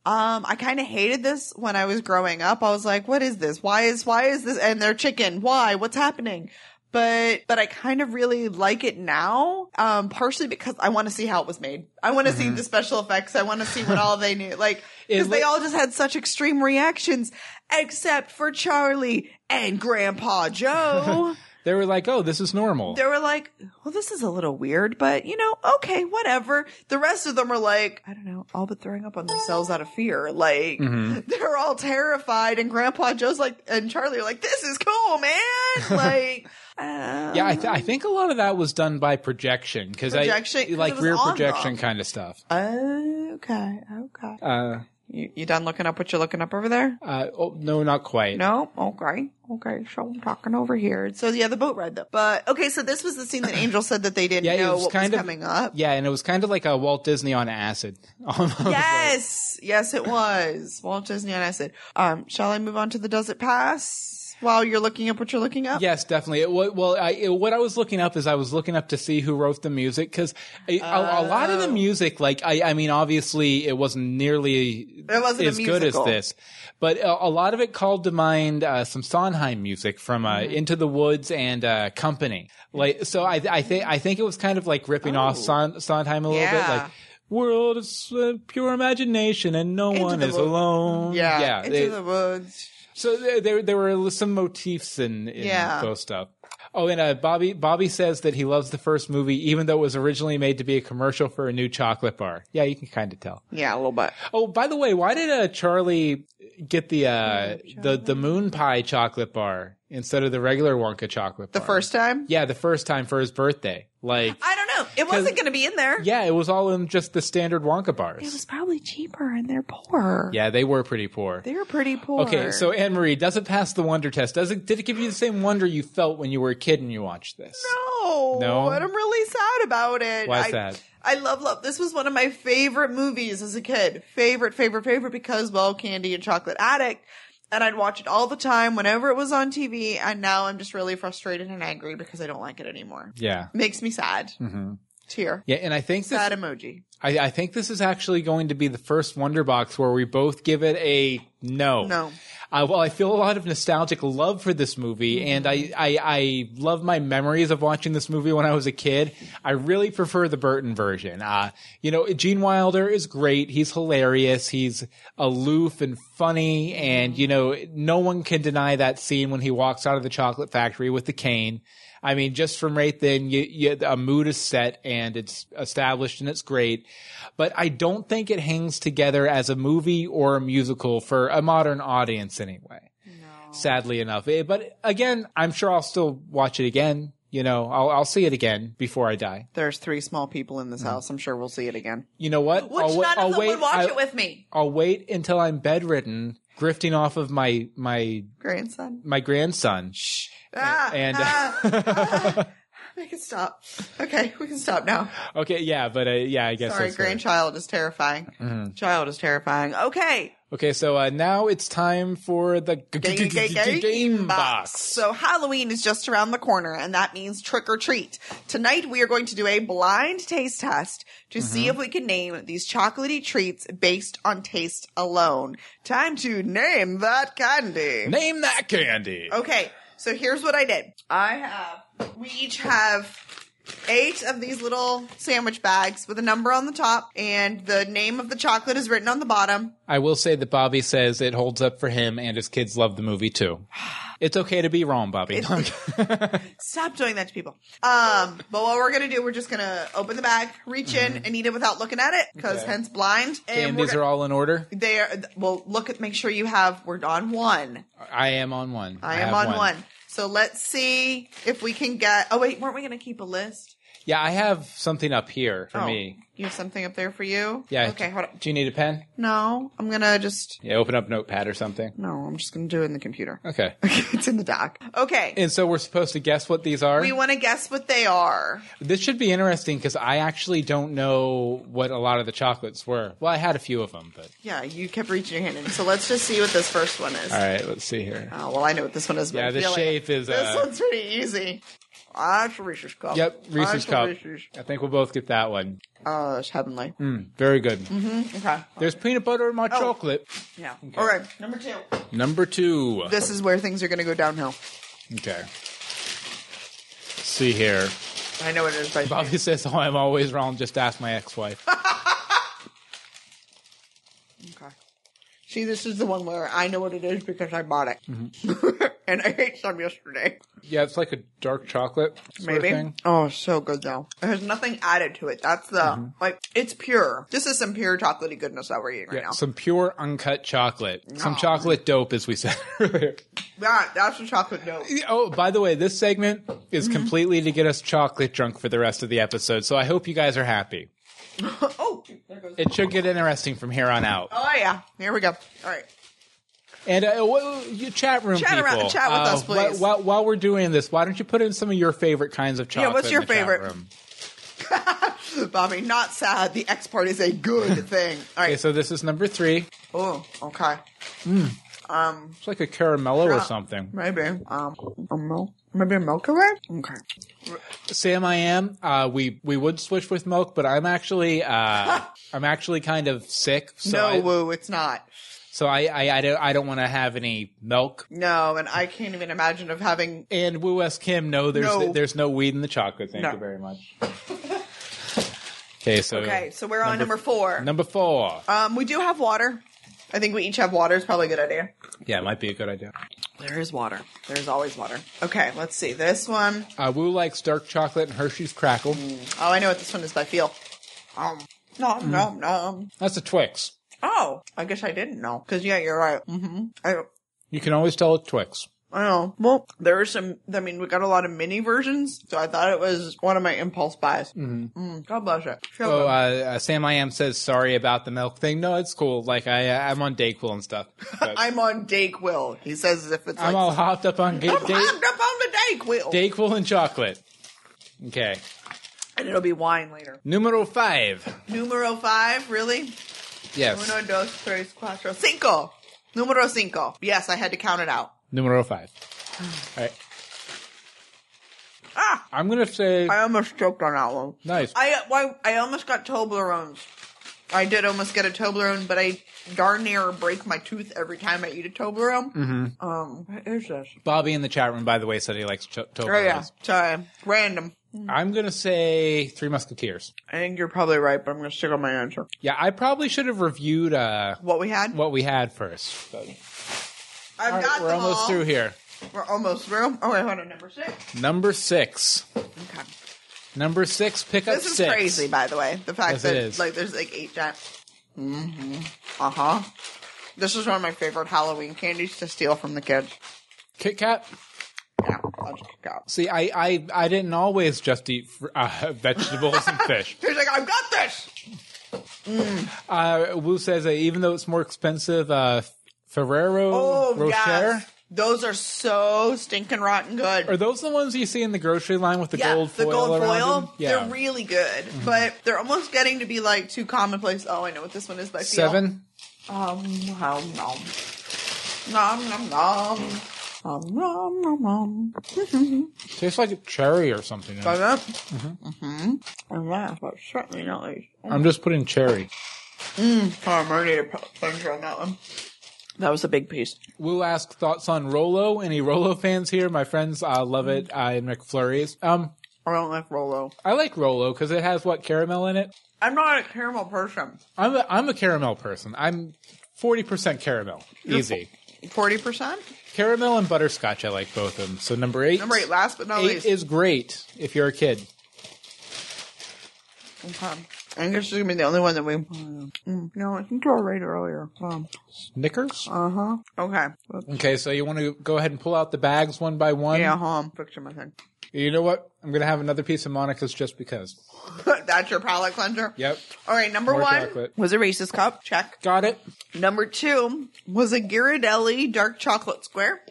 B: Um, I kind of hated this when I was growing up. I was like, "What is this? Why is why is this?" And they're chicken. Why? What's happening? But but I kind of really like it now. Um, partially because I want to see how it was made. I want to see the special effects. I want to see what all they knew. Like
A: It
B: because they
A: lo-
B: all just had such extreme reactions, except for Charlie and Grandpa Joe.
A: They were like, "Oh, this is normal."
B: they were like, well, this is a little weird, but you know, okay, whatever. The rest of them are like, I don't know, all but throwing up on themselves out of fear. Like,
A: Mm-hmm.
B: <laughs>
A: <laughs>
B: they're all terrified. And Grandpa Joe's like, and Charlie are like, this is cool, man. like,
A: Yeah, I, th- I think a lot of that was done by projection because I
B: Projection? 'Cause it
A: like
B: was
A: rear
B: on
A: projection
B: them.
A: kind of stuff.
B: Okay. Okay.
A: Uh,
B: You, you done looking up what you're looking up over there?
A: uh, oh no, not quite.
B: No? Okay. Okay. So I'm talking over here. So yeah, the boat ride though. But uh, okay, so this was the scene that Angel said that they didn't
A: Yeah, it
B: know
A: was
B: what
A: kind
B: was
A: of
B: coming up.
A: <laughs> Yeah, and it was kind of like a Walt Disney on acid. <laughs> Almost.
B: Yes. Yes, it was. Walt Disney on acid. Um, shall I move on to the Does It Pass while you're looking up what you're looking up?
A: Yes, definitely. It, wa- well, I, it, what I was looking up is I was looking up to see who wrote the music because a, a lot
B: Oh.
A: of the music, like I, I mean, obviously it wasn't nearly
B: It wasn't a
A: as good as
B: musical.
A: this, but a, a lot of it called to mind uh, some Sondheim music from uh,
B: Mm-hmm.
A: Into the Woods and uh, Company. Like, so I, I think I think it was kind of like ripping off Son- Sondheim a little
B: Oh. Yeah.
A: bit, like. World is uh, pure imagination, and no
B: Into
A: one
B: the
A: is
B: Woods.
A: alone.
B: Yeah.
A: yeah.
B: Into
A: they-
B: the woods.
A: so there, there, there were some motifs in, in
B: Yeah.
A: both stuff. Oh, and uh, Bobby Bobby says that he loves the first movie, even though it was originally made to be a commercial for a new chocolate bar. Yeah, you can kind of tell.
B: Yeah, a little bit.
A: Oh, by the way, why did uh, Charlie get the uh, the the moon pie chocolate bar instead of the regular Wonka chocolate
B: The
A: bar?
B: first time?
A: yeah, the first time for his birthday. Like,
B: I don't know. It wasn't gonna be in there.
A: yeah, it was all in just the standard Wonka bars.
B: It was probably cheaper and they're poor.
A: yeah, they were pretty poor.
B: They're pretty poor.
A: Okay, so Anne Marie, does it pass the wonder test? Does it? Did it give you the same wonder you felt when you were a kid and you watched this?
B: No.
A: No?
B: And I'm really sad about it.
A: Why is
B: I,
A: that?
B: I love love. This was one of my favorite movies as a kid. Favorite, favorite, favorite because well, candy and chocolate addict. And I'd watch it all the time whenever it was on TV. And now I'm just really frustrated and angry because I don't like it anymore.
A: Yeah,
B: Makes me sad.
A: Mm-hmm.
B: Tear.
A: yeah, and I think this.
B: Sad emoji.
A: I, I think this is actually going to be the first Wonder Box where we both give it a no.
B: No.
A: Uh, well, I feel a lot of nostalgic love for this movie, and I, I I love my memories of watching this movie when I was a kid. I really prefer the Burton version. Uh, you know, Gene Wilder is great. He's hilarious. He's aloof and funny, and you know, no one can deny that scene when he walks out of the chocolate factory with the cane. I mean, just from right then, you, you, a mood is set and it's established and it's great. But I don't think it hangs together as a movie or a musical for a modern audience anyway. Sadly enough. Eh, But again, I'm sure I'll still watch it again. You know, I'll, I'll see it again before I die.
B: There's three small people in this house. I'm sure we'll see it again.
A: You know what?
B: Which
A: I'll, wa-
B: none of
A: I'll Hmm.
B: them
A: Oh, wait,
B: would watch
A: I'll,
B: it with me.
A: I'll wait until I'm bedridden, grifting off of my, my,
B: Grandson.
A: my grandson.
B: Ah,
A: and-
B: ah, ah. we can stop. Okay, we can stop now.
A: <laughs> Okay. Yeah. But uh, yeah, I guess
B: Sorry,
A: that's right.
B: grandchild is terrifying. Child is terrifying. Okay.
A: Okay, so uh, now it's time for the g- g- g- g- g- <laughs> game box.
B: So Halloween is just around the corner, and that means trick or treat. Tonight we are going to do a blind taste test to see if we can name these chocolatey treats based on taste alone. Time to name that candy.
A: Name that candy.
B: Okay, so here's what I did. I have. We each have eight of these little sandwich bags with a number on the top, and the name of the chocolate is written on the bottom.
A: I will say that Bobby says it holds up for him, and his kids love the movie
B: <sighs>
A: too. It's okay to be wrong, Bobby. <laughs>
B: Stop doing that to people. Um, but what we're gonna do, we're just gonna open the bag, reach
A: Mm-hmm.
B: in, and eat it without looking at it, because hence blind.
A: and
B: we're
A: these
B: gonna-
A: are all in order.
B: They are. Well, look at. Make sure you have. We're on one.
A: I am on one.
B: I,
A: have
B: am on one. So let's see if we can get. Oh wait, weren't we gonna keep a list?
A: Yeah, I have something up here for
B: Oh,
A: me.
B: You have something up there for you.
A: Yeah.
B: Okay. Hold on.
A: Do you need a pen?
B: No, I'm gonna just.
A: Yeah, open up Notepad or something.
B: No, I'm just gonna do it in the computer. <laughs>
A: Okay.
B: it's in the dock. Okay.
A: and so we're supposed to guess what these are.
B: we want to guess what they are.
A: this should be interesting because I actually don't know what a lot of the chocolates were. Well, I had a few of them, but
B: Yeah, you kept reaching your hand in. So let's just see what this first one is.
A: all right. Let's see here.
B: Oh, well, I know what this one is. but
A: Yeah,
B: I
A: the
B: feel like
A: shape is,
B: This
A: uh,
B: one's pretty easy. That's a Reese's cup.
A: Yep, Reese's
B: That's a
A: cup.
B: Reese's.
A: I think we'll both get that one.
B: Oh, it's heavenly.
A: Hmm. Very good.
B: Okay.
A: There's peanut butter in my chocolate.
B: Yeah. All right. Number two.
A: Number two.
B: This is where things are going to go downhill.
A: okay. See here.
B: I know what it is by shape.
A: Bobby <laughs> says, "Oh, I'm always wrong. Just ask my ex-wife." Mm-hmm.
B: Okay. See, this is the one where I know what it is because I bought it. <laughs> and I ate some yesterday.
A: Yeah, it's like a dark chocolate sort
B: Maybe.
A: of thing.
B: Oh, so good though. There's nothing added to it. That's the
A: Mm-hmm.
B: like it's pure. This is some pure chocolatey goodness that we're eating right
A: Yeah,
B: now.
A: some pure uncut chocolate. Some chocolate dope, as we said <laughs> earlier.
B: that that's the chocolate dope.
A: Oh, by the way, this segment is completely to get us chocolate drunk for the rest of the episode, so I hope you guys are happy.
B: <gasps> Oh, there goes.
A: It should get interesting from here on out.
B: oh yeah, here we go. All right.
A: And uh, well, you chat room
B: Chat around-
A: people,
B: chat with
A: uh,
B: us, please.
A: wh- While, while we're doing this, why don't you put in some of your favorite kinds of chocolate?
B: what's
A: in
B: your
A: the chat
B: favorite?
A: room?
B: Bobby, not sad. The X part is a
A: <laughs>
B: good thing. All
A: Okay,
B: right.
A: so this is number three.
B: Oh, okay.
A: It's like a caramello or something.
B: Maybe. Um, a milk. Maybe a Milky Way. Okay.
A: Sam, I am. Uh, we we would switch with milk, but I'm actually
B: <laughs>
A: uh, I'm actually kind of sick. So
B: no,
A: I,
B: woo, it's not.
A: so I I, I don't I don't want to have any milk.
B: No, and I can't even imagine of having.
A: And Woo S Kim, no, there's
B: No.
A: there's no weed in the chocolate. Thank
B: No.
A: you very much. <laughs> okay, so
B: Okay, so we're on number, four.
A: number four.
B: um, we do have water. I think we each have water. It's probably a good idea.
A: yeah, it might be a good idea.
B: There is water. There's always water. Okay, let's see. This one.
A: Uh, Woo likes dark chocolate and Hershey's crackle.
B: Oh, I know what this one is by feel. Um,
A: Mm.
B: nom, nom, nom.
A: That's a Twix.
B: Oh, I guess I didn't know. Because, yeah, you're right. Mm-hmm. I,
A: You can always tell it's Twix.
B: I know. Well, there are some. I mean, we got a lot of mini versions, so I thought it was one of my impulse buys. Mm-hmm. Mm, God bless it. Feel
A: Oh, uh,
B: good.
A: uh, Sam, I am says sorry about the milk thing. No, it's cool. Like I, uh, I'm on Dayquil and stuff.
B: <laughs>
A: but
B: I'm on Dayquil. He says as if it's
A: I'm
B: like
A: all hopped up on ga-
B: I'm
A: Day-
B: hopped up on the Dayquil,
A: Dayquil and chocolate. Okay,
B: and it'll be wine later.
A: numero five.
B: Numero five, really?
A: Yes,
B: Uno, dos, tres, cuatro, cinco. Numero cinco. Yes, I had to count it out.
A: numero five. All right.
B: Ah,
A: I'm gonna say
B: I almost choked on that one.
A: nice.
B: I why I almost got Toblerones. I did almost get a Toblerone, but I darn near break my tooth every time I eat a Toblerone. Mm-hmm. Um, what is this?
A: Bobby in the chat room, by the way, said he likes cho-
B: Oh yeah,
A: Toblerones.
B: sorry, random.
A: I'm gonna say Three Musketeers.
B: I think you're probably right, but I'm gonna stick on my answer.
A: Yeah, I probably should have reviewed uh,
B: What we had?
A: what we had first. But,
B: I've
A: all
B: got
A: right, we're
B: them
A: almost
B: all.
A: through here.
B: We're almost through. Oh, wait, hold on, number six.
A: Number six.
B: Okay.
A: Number six, pick up
B: This is
A: six.
B: crazy, by the way. The fact
A: Yes, it
B: that
A: is.
B: like there's like eight giant. Mm-hmm. Uh huh. This is one of my favorite Halloween candies to steal from the kids.
A: Kit Kat.
B: Yeah, I'll just kick out.
A: See, I, I, I didn't always just eat fr- uh, <laughs> vegetables and fish.
B: He's like, I've got this.
A: Uh, Wu says that even though it's more expensive, uh, Ferrero Rocher.
B: Oh, yes. Those are so stinking rotten good.
A: Are those the ones you see in the grocery line with the
B: yeah,
A: gold
B: the
A: foil?
B: gold
A: around
B: foil.
A: them? Yeah. Mm-hmm.
B: They're really good, but they're almost getting to be like too commonplace. Oh, I know what this one is by feel.
A: Seven.
B: Um, nom, nom. Nom, nom, nom. Um, nom, nom, nom.
A: Tastes like a cherry or something.
B: Got that? Mm-hmm. mm-hmm. And last, but certainly not least,
A: I'm just putting cherry.
B: I'm ready to put things on that one. That was a big piece.
A: Wu asks thoughts on Rolo. Any Rolo fans here? My friends uh, love it. Uh, and McFlurries. Um,
B: I don't like Rolo.
A: I like Rolo because it has what caramel in it.
B: I'm not a caramel person.
A: I'm a, I'm a caramel person. I'm forty percent caramel. Easy.
B: 40%?
A: Caramel and butterscotch, I like both of them. So number eight.
B: Number eight, last but not
A: Eight
B: least.
A: is great if you're a kid.
B: Okay. I guess this is gonna be the only one that we. Mm, no, I think you were right earlier. Um,
A: Snickers.
B: uh huh. Okay. Let's-
A: Okay, so you want to go ahead and pull out the bags one by one.
B: Yeah, huh? I'm fixing my thing.
A: You know what? I'm gonna have another piece of Monica's just because.
B: <laughs> That's your palate cleanser.
A: Yep.
B: All right. Number
A: More
B: one
A: chocolate.
B: was a Reese's cup. Check.
A: Got it.
B: Number two was a Ghirardelli dark chocolate square.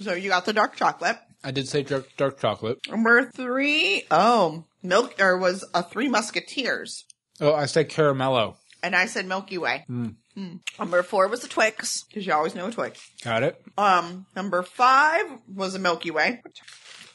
B: So you got the dark chocolate.
A: I did say dark, dark chocolate.
B: Number three, oh, milk or was a Three Musketeers,
A: Oh, I said caramello.
B: and I said Milky Way. Hmm. Number four was a Twix because you always know a Twix.
A: Got it.
B: Um, number five was a Milky Way.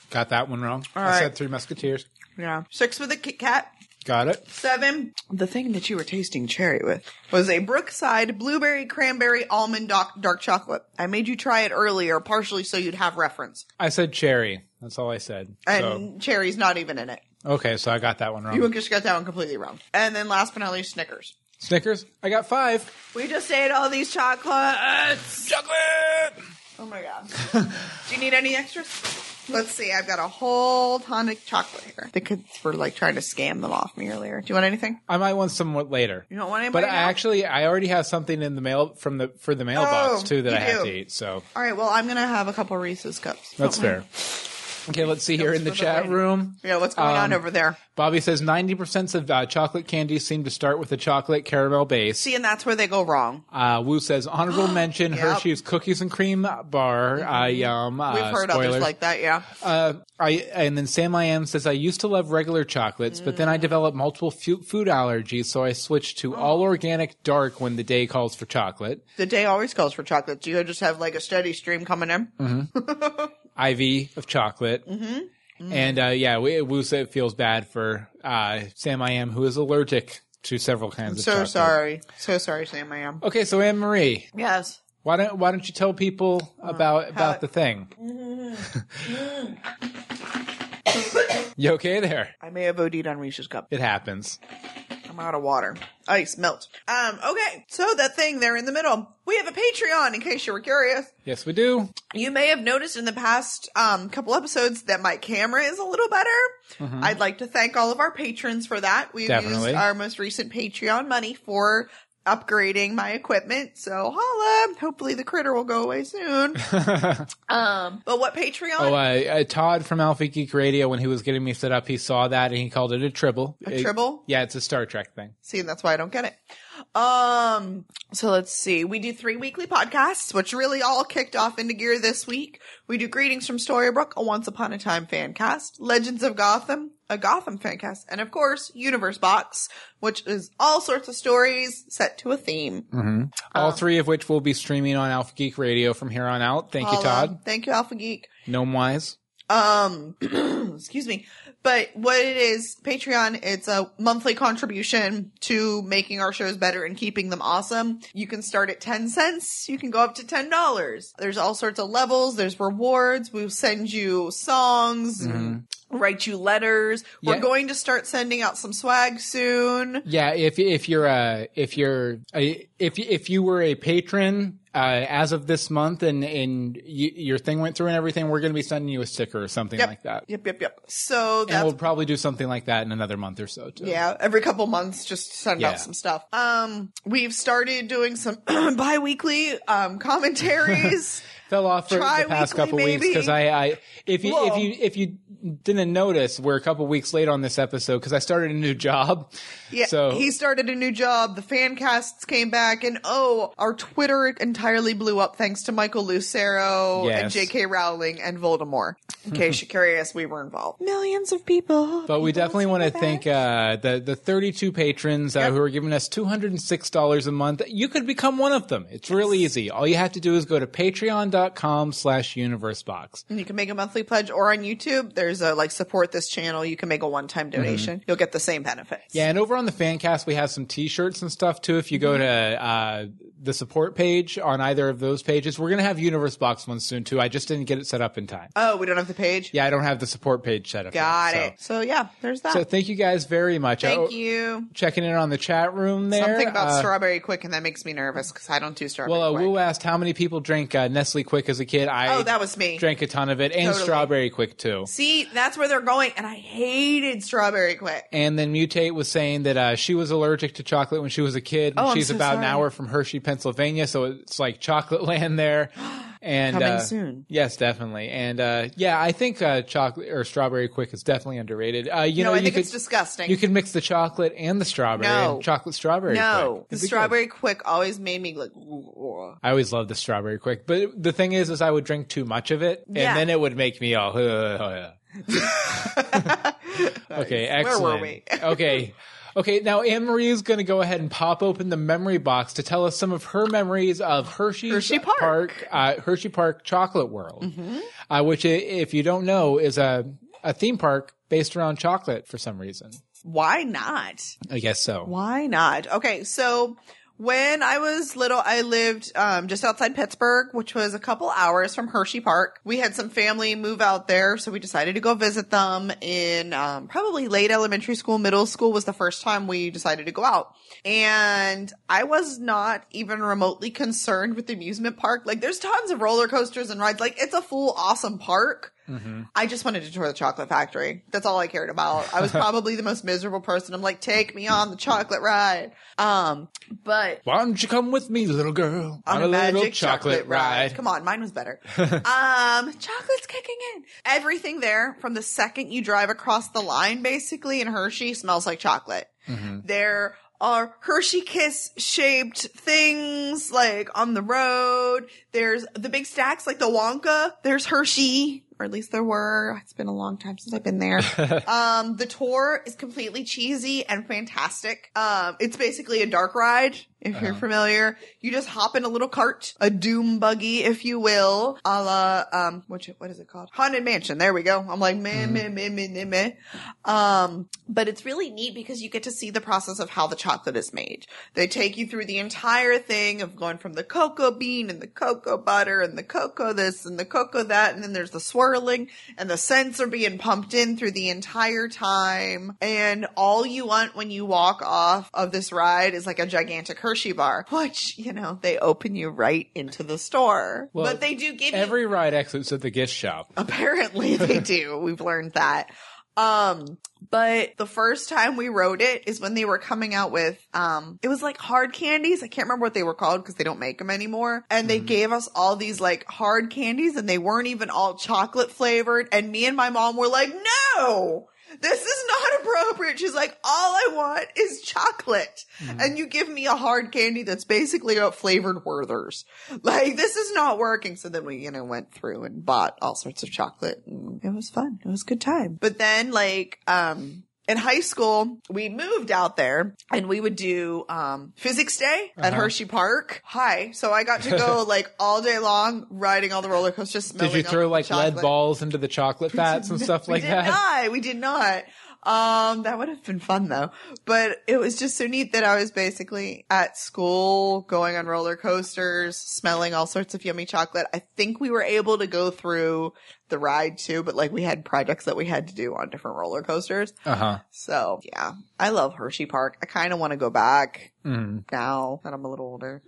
A: Got that one wrong. I
B: right.
A: said three Musketeers.
B: Yeah. Six with a Kit Kat.
A: Got it.
B: Seven. The thing that you were tasting cherry with was a Brookside blueberry cranberry almond doc- dark chocolate. I made you try it earlier, partially so you'd have reference.
A: I said cherry. That's all I said.
B: And cherry's not even in it.
A: so, okay, so I got that one wrong.
B: You just got that one completely wrong. And then last but not least, Snickers.
A: Snickers. I got five.
B: We just ate all these chocolates.
A: Chocolate.
B: Oh my
A: <laughs>
B: god. Do you need any extras? Let's see. I've got a whole ton of chocolate here. The kids were like trying to scam them off me earlier. Do you want anything?
A: I might want somewhat later.
B: You don't want
A: But
B: anybody.
A: I
B: now?
A: actually, I already have something in the mail from the for the mailbox
B: Oh,
A: too that
B: you
A: I have
B: do.
A: to eat. So
B: All right. Well, I'm gonna have a couple Reese's cups.
A: that's
B: Don't worry. <laughs>
A: fair. Okay, let's see here in the
B: for the
A: chat
B: lady.
A: room.
B: Yeah. What's going on
A: Um,
B: over there?
A: Bobby says ninety percent of uh, chocolate candies seem to start with a chocolate caramel base.
B: See, and that's where they go wrong.
A: Uh, Wu says
B: <gasps>
A: honorable mention
B: Yep. Mm-hmm.
A: Hershey's cookies and cream bar. Uh, yum. Uh,
B: We've heard others
A: spoilers.
B: like that. Yeah.
A: Uh, I and then Sam I am says I used to love regular chocolates, but then I developed multiple fu- food allergies, so I switched
B: Oh.
A: to all organic dark when the day calls for chocolate.
B: The day always calls for chocolate. Do you just have like a steady stream coming in?
A: Mm-hmm. IV of chocolate.
B: Mm-hmm.
A: And uh, yeah, we, Wu said it feels bad for uh, Sam I am who is allergic to several kinds of
B: So
A: chocolate.
B: sorry. So sorry, Sam. I am.
A: Okay, so Anne Marie,
B: Yes.
A: why don't why don't you tell people
B: Oh,
A: about about the
B: <laughs>
A: thing?
B: Mm-hmm.
A: you okay there?
B: I may have OD'd on Reese's cup.
A: It happens.
B: I'm out of water. Ice melt. Um, okay. So that thing there in the middle. We have a Patreon in case you were curious.
A: Yes, we do.
B: You may have noticed in the past um, couple episodes that my camera is a little better. I'd like to thank all of our patrons for that. We've
A: Mm-hmm. Definitely.
B: used our most recent Patreon money for upgrading my equipment. So holla. Hopefully the critter will go
A: <laughs>
B: away soon. um, but what Patreon?
A: Oh, uh, uh, Todd from Alpha Geek Radio, when he was getting me set up, he saw that and he called it a tribble.
B: A
A: It-
B: tribble?
A: yeah, it's a Star Trek thing.
B: See, that's why I don't get it. Um, so let's see. We do three weekly podcasts, which really all kicked off into gear this week. We do Greetings from Storybrooke, a Once Upon a Time fan cast, Legends of Gotham, a Gotham fan cast, and of course, Universe Box, which is all sorts of stories set to a theme. uh,
A: All three of which will be streaming on Alpha Geek Radio from here on out. Thank you,
B: Holla.
A: Todd.
B: Um, Thank you, Alpha Geek.
A: Gnome Wise.
B: Um, <clears throat> excuse me. But what it is, Patreon, it's a monthly contribution to making our shows better and keeping them awesome. You can start at 10 cents. You can go up to $10. There's all sorts of levels. There's rewards. We'll send you songs. and Write you letters. We're
A: Mm-hmm. Yeah.
B: going to start sending out some swag soon.
A: Yeah, if if you're a if you're a, if if you were a patron uh, as of this month and and you, your thing went through and everything, we're going to be sending you a sticker or something
B: Yep.
A: like that.
B: Yep, yep, yep. So
A: And
B: that's
A: we'll probably do something like that in another month or so too.
B: Yeah, every couple months, just send
A: Yeah.
B: out some stuff. Um, we've started doing some <clears throat> bi-weekly
A: <laughs>
B: um commentaries.
A: fell off for the past
B: Tri-weekly,
A: couple weeks
B: maybe?
A: because I, I if you
B: Whoa.
A: if you if you didn't notice we're a couple weeks late on this episode because I started a new job.
B: yeah,
A: So
B: he started a new job. The fan casts came back, and oh, our Twitter entirely blew up thanks to Michael Lucero and
A: Yes.
B: J.K. Rowling and Voldemort. In
A: <laughs>
B: case you're curious, we were involved. Millions of people.
A: but we definitely want to thank uh, the the 32 patrons uh,
B: Yep.
A: who are giving us $206 a month. You could become one of them. It's really easy. All you have to do is go to patreon.com slash universebox.
B: And You can make a monthly pledge, or on YouTube, there's a like support this channel. You can make a one-time donation. You'll get the same benefits.
A: Mm-hmm. Yeah, and over on the Fancast, we have some T-shirts and stuff too. If you
B: Mm-hmm.
A: go to uh, the support page on either of those pages, we're gonna have Universe Box ones soon too. I just didn't get it set up in time.
B: Oh, we don't have the page.
A: Yeah, I don't have the support page set up. yet,
B: Got
A: so-
B: it. So yeah, there's that.
A: So thank you guys very much.
B: Thank
A: I-
B: you.
A: Checking in on the chat room there.
B: Something about
A: Uh,
B: strawberry quick, and that makes me nervous because I don't do strawberry
A: Well, uh,
B: quick.
A: Wu asked how many people drank uh, Nestle Quick as a kid. I
B: oh, that was me.
A: drank a ton of it, and
B: Totally.
A: Strawberry Quick too.
B: See, that's where they're going, and I hated strawberry quick.
A: And then Mutate was saying that uh, she was allergic to chocolate when she was a kid. and
B: Oh, I'm
A: she's
B: so
A: about an
B: sorry.
A: hour from Hershey, Pennsylvania, so it's like chocolate <laughs> land there. And
B: Coming
A: uh,
B: soon.
A: Yes, definitely. And uh, yeah, I think uh, chocolate or strawberry quick is definitely underrated. Uh, you
B: no,
A: know,
B: I
A: you
B: think
A: could
B: it's disgusting.
A: you could mix the chocolate and the strawberry.
B: No.
A: and chocolate strawberry.
B: no,
A: Quick.
B: the
A: It'd be good.
B: strawberry quick always made me like. "Ugh."
A: I always loved the strawberry quick, but the thing is, is I would drink too much of it, and
B: Yeah.
A: then it would make me all. <laughs> oh,
B: <laughs>
A: okay,
B: Nice.
A: excellent.
B: Where were we? <laughs>
A: okay, okay. Now Anne Marie is going to go ahead and pop open the memory box to tell us some of her memories of Hershey's
B: Hershey Park. Mm-hmm.
A: uh, Hershey Park Chocolate World, uh, which, i- if you don't know, is a a theme park based around chocolate for some reason.
B: Why not?
A: I guess so.
B: Why not? Okay, so When I was little, I lived um, just outside Pittsburgh, which was a couple hours from Hershey Park. We had some family move out there, so we decided to go visit them in um, probably late elementary school. Middle school was the first time we decided to go out. And I was not even remotely concerned with the amusement park. Like, there's tons of roller coasters and rides. Like, it's a full awesome park. I just wanted to tour the chocolate factory. That's all I cared about. <laughs> I was probably the most miserable person. I'm like, take me on the chocolate ride. Um, but
A: Why don't you come with me, little girl,
B: on, a, magic chocolate, ride. Come on, mine was <laughs> better. um, chocolate's kicking in. Everything there from the second you drive across the line, basically in Hershey, smells like chocolate. There are Hershey Kiss shaped things like on the road. There's the big stacks like the Wonka. There's Hershey. Or at least there were. It's been a long time since I've been there. um, the tour is completely cheesy and fantastic. Um, it's basically a dark ride, if you're familiar. You just hop in a little cart, a doom buggy, if you will, a la, um, which, what is it called? Haunted Mansion. There we go. I'm like, meh, meh, meh, meh, meh, meh. Um, but it's really neat because you get to see the process of how the chocolate is made. They take you through the entire thing of going from the cocoa bean and the cocoa butter and the cocoa this and the cocoa that. And then there's the swirling and the scents are being pumped in through the entire time. And all you want when you walk off of this ride is like a gigantic Hershey bar, which, you know, they open you right into the store.
A: Well,
B: but they do give you
A: Every ride exits at the gift shop.
B: Oh, Apparently they do. We've learned that. Um, but the first time we wrote it is when they were coming out with, um, it was like hard candies. I can't remember what they were called because they don't make them anymore. And they gave us all these like hard candies and they weren't even all chocolate flavored. And me and my mom were like, no, this is not appropriate. She's like, all I want is chocolate.
A: Mm-hmm.
B: And you give me a hard candy that's basically a flavored Werther's. Like, this is not working. So then we, you know, went through and bought all sorts of chocolate. And it was fun. It was a good time. But then, like, um, in high school, we moved out there and we would do um, physics day at
A: Uh-huh.
B: Hershey Park. Hi. So I got to
A: <laughs>
B: go like all day long riding all the roller coasters.
A: Did you
B: smelling
A: throw
B: up
A: like lead
B: chocolate.
A: balls into the
B: <laughs>
A: chocolate fats and stuff like
B: we
A: that?
B: did not. We did not. Um, that would have been fun though, but it was just so neat that I was basically at school going on roller coasters, smelling all sorts of yummy chocolate. I think we were able to go through the ride too, but like we had projects that we had to do on different roller coasters.
A: Uh huh.
B: So yeah, I love Hershey Park. I kind of want to go back
A: Mm.
B: now that I'm a little older.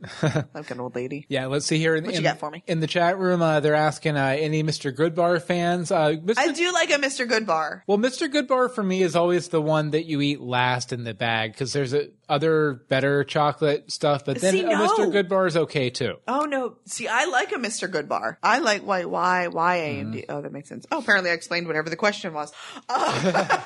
B: like an old lady.
A: Yeah, let's see here. In,
B: What you
A: in-
B: got for me?
A: In the chat room, uh, they're asking uh, any Mr. Goodbar fans. Uh, Mr.
B: I do like a Mr. Goodbar.
A: Well, Mr. Goodbar for me is always the one that you eat last in the bag because there's a, other better chocolate stuff, but then
B: See,
A: uh, Mr.
B: no.
A: Goodbar is okay too.
B: Oh no! See, I like a Mr. Goodbar. I like why, why, why AMD.
A: Mm-hmm.
B: Oh, that makes sense. Oh, apparently I explained whatever the question was. Uh,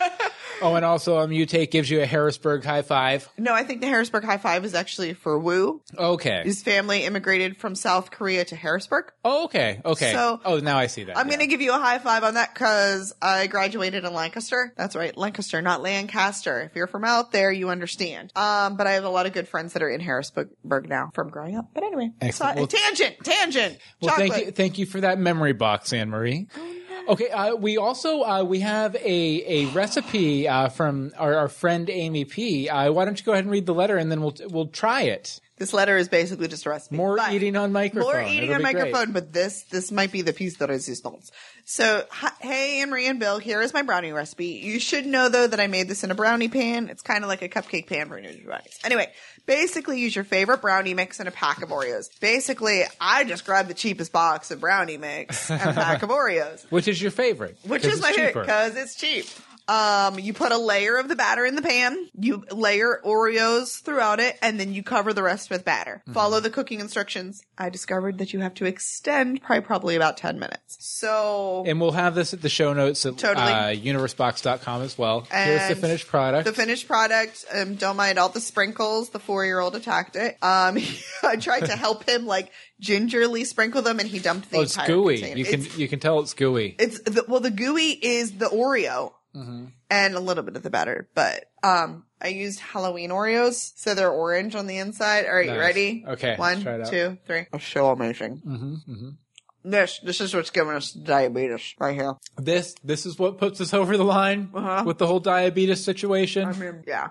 A: Oh, and also um, you take gives you a Harrisburg high five.
B: no, I think the Harrisburg High Five is actually for Wu.
A: Okay.
B: His family immigrated from South Korea to Harrisburg.
A: Oh, okay. Okay.
B: So-
A: oh, now I see that.
B: I'm
A: yeah.
B: gonna give you a high five on that because I graduated in Lancaster. That's right, Lancaster, not Lancaster. If you're from out there, you understand. Um, but I have a lot of good friends that are in Harrisburg now from growing up. But anyway,
A: Excellent.
B: so-
A: Well-
B: uh, tangent, tangent,
A: Well,
B: chocolate. Oh,
A: thank you, thank you for that memory box, Anne Marie. Okay, uh, we also uh, we have a a recipe uh, from our, our friend Amy P. Uh, why don't you go ahead and read the letter, and then we'll we'll try it.
B: This letter is basically just a recipe.
A: More
B: But-
A: eating on microphone.
B: More eating
A: It'll
B: on
A: be great.
B: microphone, but this this might be the piece de resistance. So, hi, hey, Anne Marie and Bill, here is my brownie recipe. You should know though that I made this in a brownie pan. It's kind of like a cupcake pan for new brownies. Anyway, basically use your favorite brownie mix and a pack of Oreos. Basically, I just grabbed the cheapest box of brownie mix and a pack
A: <laughs>
B: of Oreos
A: Which is your favorite?
B: which
A: 'Cause
B: is my
A: it's
B: favorite because it's cheap. Um, you put a layer of the batter in the pan. You layer Oreos throughout it, and then you cover the rest with batter.
A: Mm-hmm.
B: Follow the cooking instructions. I discovered that you have to extend probably probably about ten minutes. So
A: And we'll have this at the show notes at
B: Totally.
A: uh, universebox.com as well. Here's the
B: And
A: finished product.
B: the finished product. Um, don't mind all the sprinkles. The four-year-old attacked it. Um, <laughs> I
A: <laughs>
B: tried to help him like gingerly sprinkle them, and he dumped the
A: oh, it's
B: entire
A: gooey.
B: container.
A: You can
B: It's-
A: you can tell it's gooey.
B: It's the, well, the gooey is the Oreo
A: Mm-hmm.
B: and a little bit of the batter, but um, I used Halloween Oreos, so they're orange on the inside. All right, you
A: Nice.
B: ready?
A: Okay,
B: one,
A: try it out.
B: two, three. Oh, so amazing.
A: Mm-hmm, mm-hmm.
B: This this is what's giving us diabetes right here.
A: This this is what puts us over the line
B: Uh-huh.
A: with the whole diabetes situation.
B: I mean, yeah.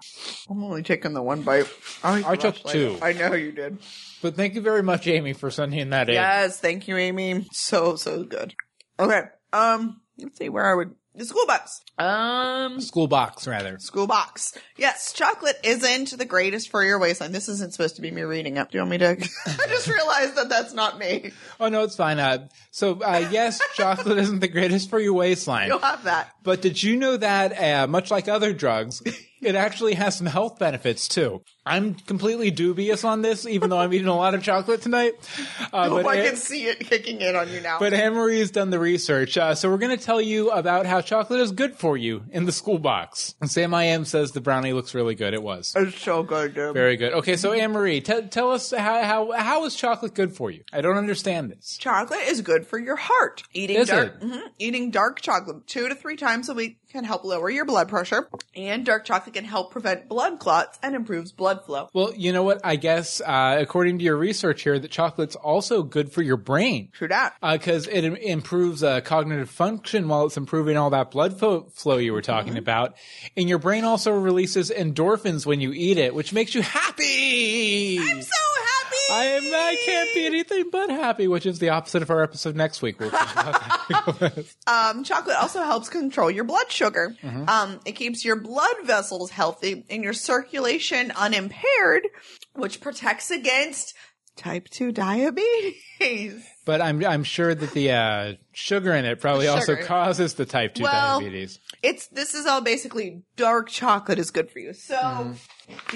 B: I'm only taking the one bite. I'll eat the
A: I took
B: rest later.
A: two.
B: I know you did.
A: but thank you very much, Amy, for sending that in.
B: Yes, thank you, Amy. So so good. Okay. Um, let's see where I would the school box. Um,
A: School box, rather.
B: school box. Yes, chocolate isn't the greatest for your waistline. This isn't supposed to be me reading up. Do you want me to? <laughs> I just realized that that's not me.
A: Oh no, it's fine. Uh, so uh,
B: <laughs>
A: yes, chocolate isn't the greatest for your waistline.
B: You'll have that.
A: But did you know that, uh, much like other drugs, it actually has some health benefits too? I'm completely dubious on this, even though I'm eating a lot of chocolate tonight. Uh,
B: Oh,
A: but
B: I
A: Anne-
B: can see it kicking in on you now.
A: but Anne Marie's done the research, uh, so we're going to tell you about how chocolate is good for you in the school box. And Sam I Am says the brownie looks really good. It was
B: it's so good, dude.
A: very good. Okay, so Anne Marie, t- tell us how, how how is chocolate good for you? I don't understand this.
B: Chocolate is good for your heart. Eating
A: Is
B: dark,
A: it?
B: Mhm. eating dark chocolate two to three times a week can help lower your blood pressure, and dark chocolate can help prevent blood clots and improves blood flow.
A: Well, you know what? I guess uh, according to your research here, that chocolate's also good for your brain.
B: True that.
A: because it im- improves uh, cognitive function while it's improving all that blood fo- flow you were talking about. And your brain also releases endorphins when you eat it, which makes you happy.
B: I'm so happy.
A: I am. I can't be anything but happy, which is the opposite of our episode next week. We'll <laughs> talk about
B: Um, chocolate also helps control your blood sugar. Um, it keeps your blood vessels healthy and your circulation unimpaired, which protects against type 2 diabetes.
A: but I'm I'm sure that the uh, sugar in it probably
B: The
A: also
B: sugar.
A: causes the type two
B: Well, um,
A: diabetes.
B: It's this is all basically dark chocolate is good for you. So
A: Hmm.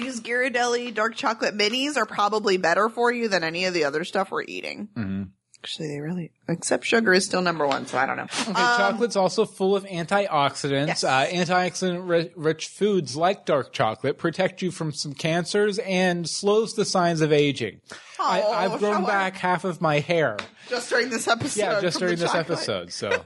B: these Ghirardelli dark chocolate minis are probably better for you than any of the other stuff we're eating.
A: Mm-hmm.
B: Actually, they really except sugar is still number one, so
A: <laughs>
B: I don't know.
A: Okay, chocolate's also full of antioxidants.
B: Yes.
A: Uh, antioxidant ri- rich foods like dark chocolate protect you from some cancers and slows the signs of aging.
B: Oh,
A: I, I've grown
B: how
A: back half of my hair.
B: Just during this episode.
A: Yeah, just
B: from the <laughs>
A: during this
B: chocolate.
A: episode.
B: <laughs>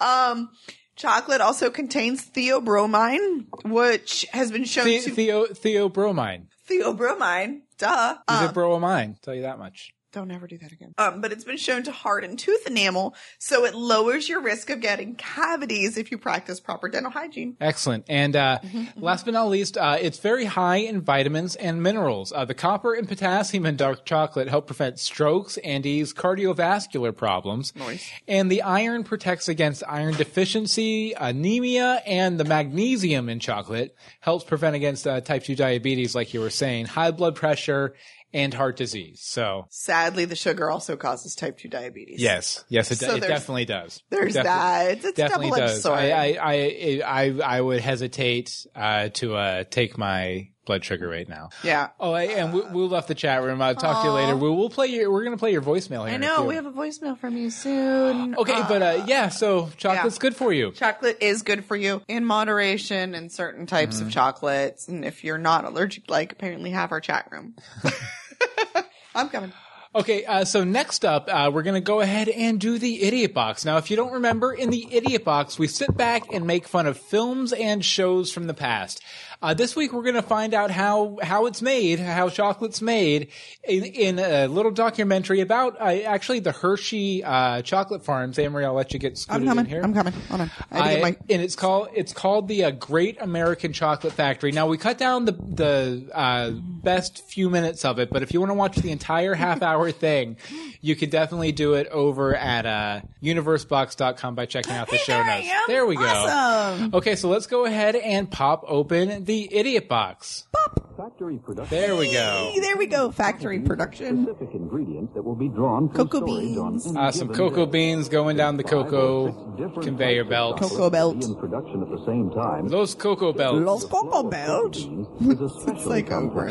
A: So
B: Chocolate also contains theobromine, which has been shown
A: the,
B: to
A: theo theobromine.
B: theobromine. Duh.
A: Is
B: Um,
A: it bromine? Tell you that much.
B: don't ever do that again. Um, but it's been shown to harden tooth enamel, so it lowers your risk of getting cavities if you practice proper dental hygiene.
A: Excellent. And
B: <laughs>
A: uh, last but not least, uh, it's very high in vitamins and minerals. Uh, the copper and potassium in dark chocolate help prevent strokes and ease cardiovascular problems.
B: Nice.
A: And the iron protects against iron deficiency, anemia, and the magnesium in chocolate helps prevent against uh, type 2 diabetes, like you were saying, high blood pressure, and heart disease. So,
B: Sadly, the sugar also causes type 2 diabetes.
A: yes, yes, it, do-
B: So
A: it
B: there's-
A: definitely does.
B: There's
A: Defi-
B: that. It's, it's
A: definitely
B: double edged
A: does.
B: sword.
A: I, I, I, I, I would hesitate uh, to uh, take my blood sugar right now.
B: yeah.
A: Oh, I, and we, we'll left the chat room. I'll talk to you later. We'll, we'll play your. We're gonna play your voicemail here.
B: I
A: in a
B: know.
A: few.
B: We have a voicemail from you soon.
A: <gasps> okay, but uh, yeah. So chocolate's
B: yeah.
A: good for you.
B: Chocolate is good for you in moderation and certain types
A: Mm-hmm.
B: of chocolates. And if you're not allergic, like apparently half our
A: <laughs>
B: chat room. I'm coming.
A: Okay, uh, so next up, uh, we're going to go ahead and do the Idiot Box. Now, if you don't remember, in the Idiot Box, we sit back and make fun of films and shows from the past. Uh, this week, we're going to find out how, how it's made, how chocolate's made, in, in a little documentary about uh, actually the Hershey uh, chocolate farms. Amory, I'll let you get scooted
B: I'm coming.
A: in here.
B: I'm coming. Hold on. I had to
A: I-
B: get my-
A: and it's called it's called the uh, Great American Chocolate Factory. Now we cut down the the uh, best few minutes of it, but if you want to watch the entire half
B: <laughs>
A: hour thing, you could definitely do it over at uh, universebox.com by checking out the
B: Hey,
A: show
B: there I
A: notes.
B: am.
A: There we go.
B: Awesome.
A: Okay, so let's go ahead and pop open the idiot box.
D: Factory production
A: There we go.
B: Hey, there we go. Factory production.
D: specific ingredients that will be drawn from
B: Cocoa
D: storage on
B: beans.
D: any
A: Uh, some
D: given
A: cocoa
D: day.
A: beans going down the
D: Five or six
A: cocoa
D: different
A: conveyor
D: types of
A: belt.
D: chocolate
B: Cocoa belt.
D: will be In production at the same time.
A: Those cocoa belts.
B: Los Coco Belt.
D: It's
B: It's like over.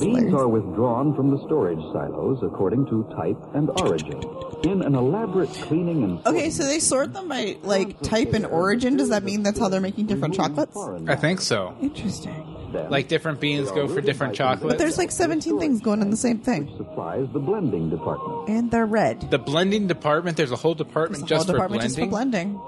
D: Beans are withdrawn from the storage silos according to type and origin in an elaborate cleaning and
B: Okay, so they sort them by like type and origin. Does that mean that's how they're making different chocolates?
A: I think so.
B: Interesting.
A: Like different beans go for different chocolates.
B: But there's like 17 things going in the same thing,
D: supplies the blending department.
B: and they're red.
A: The blending department. There's a whole department
B: It's a
A: just
B: whole
A: for
B: department
A: blending.
B: just for blending.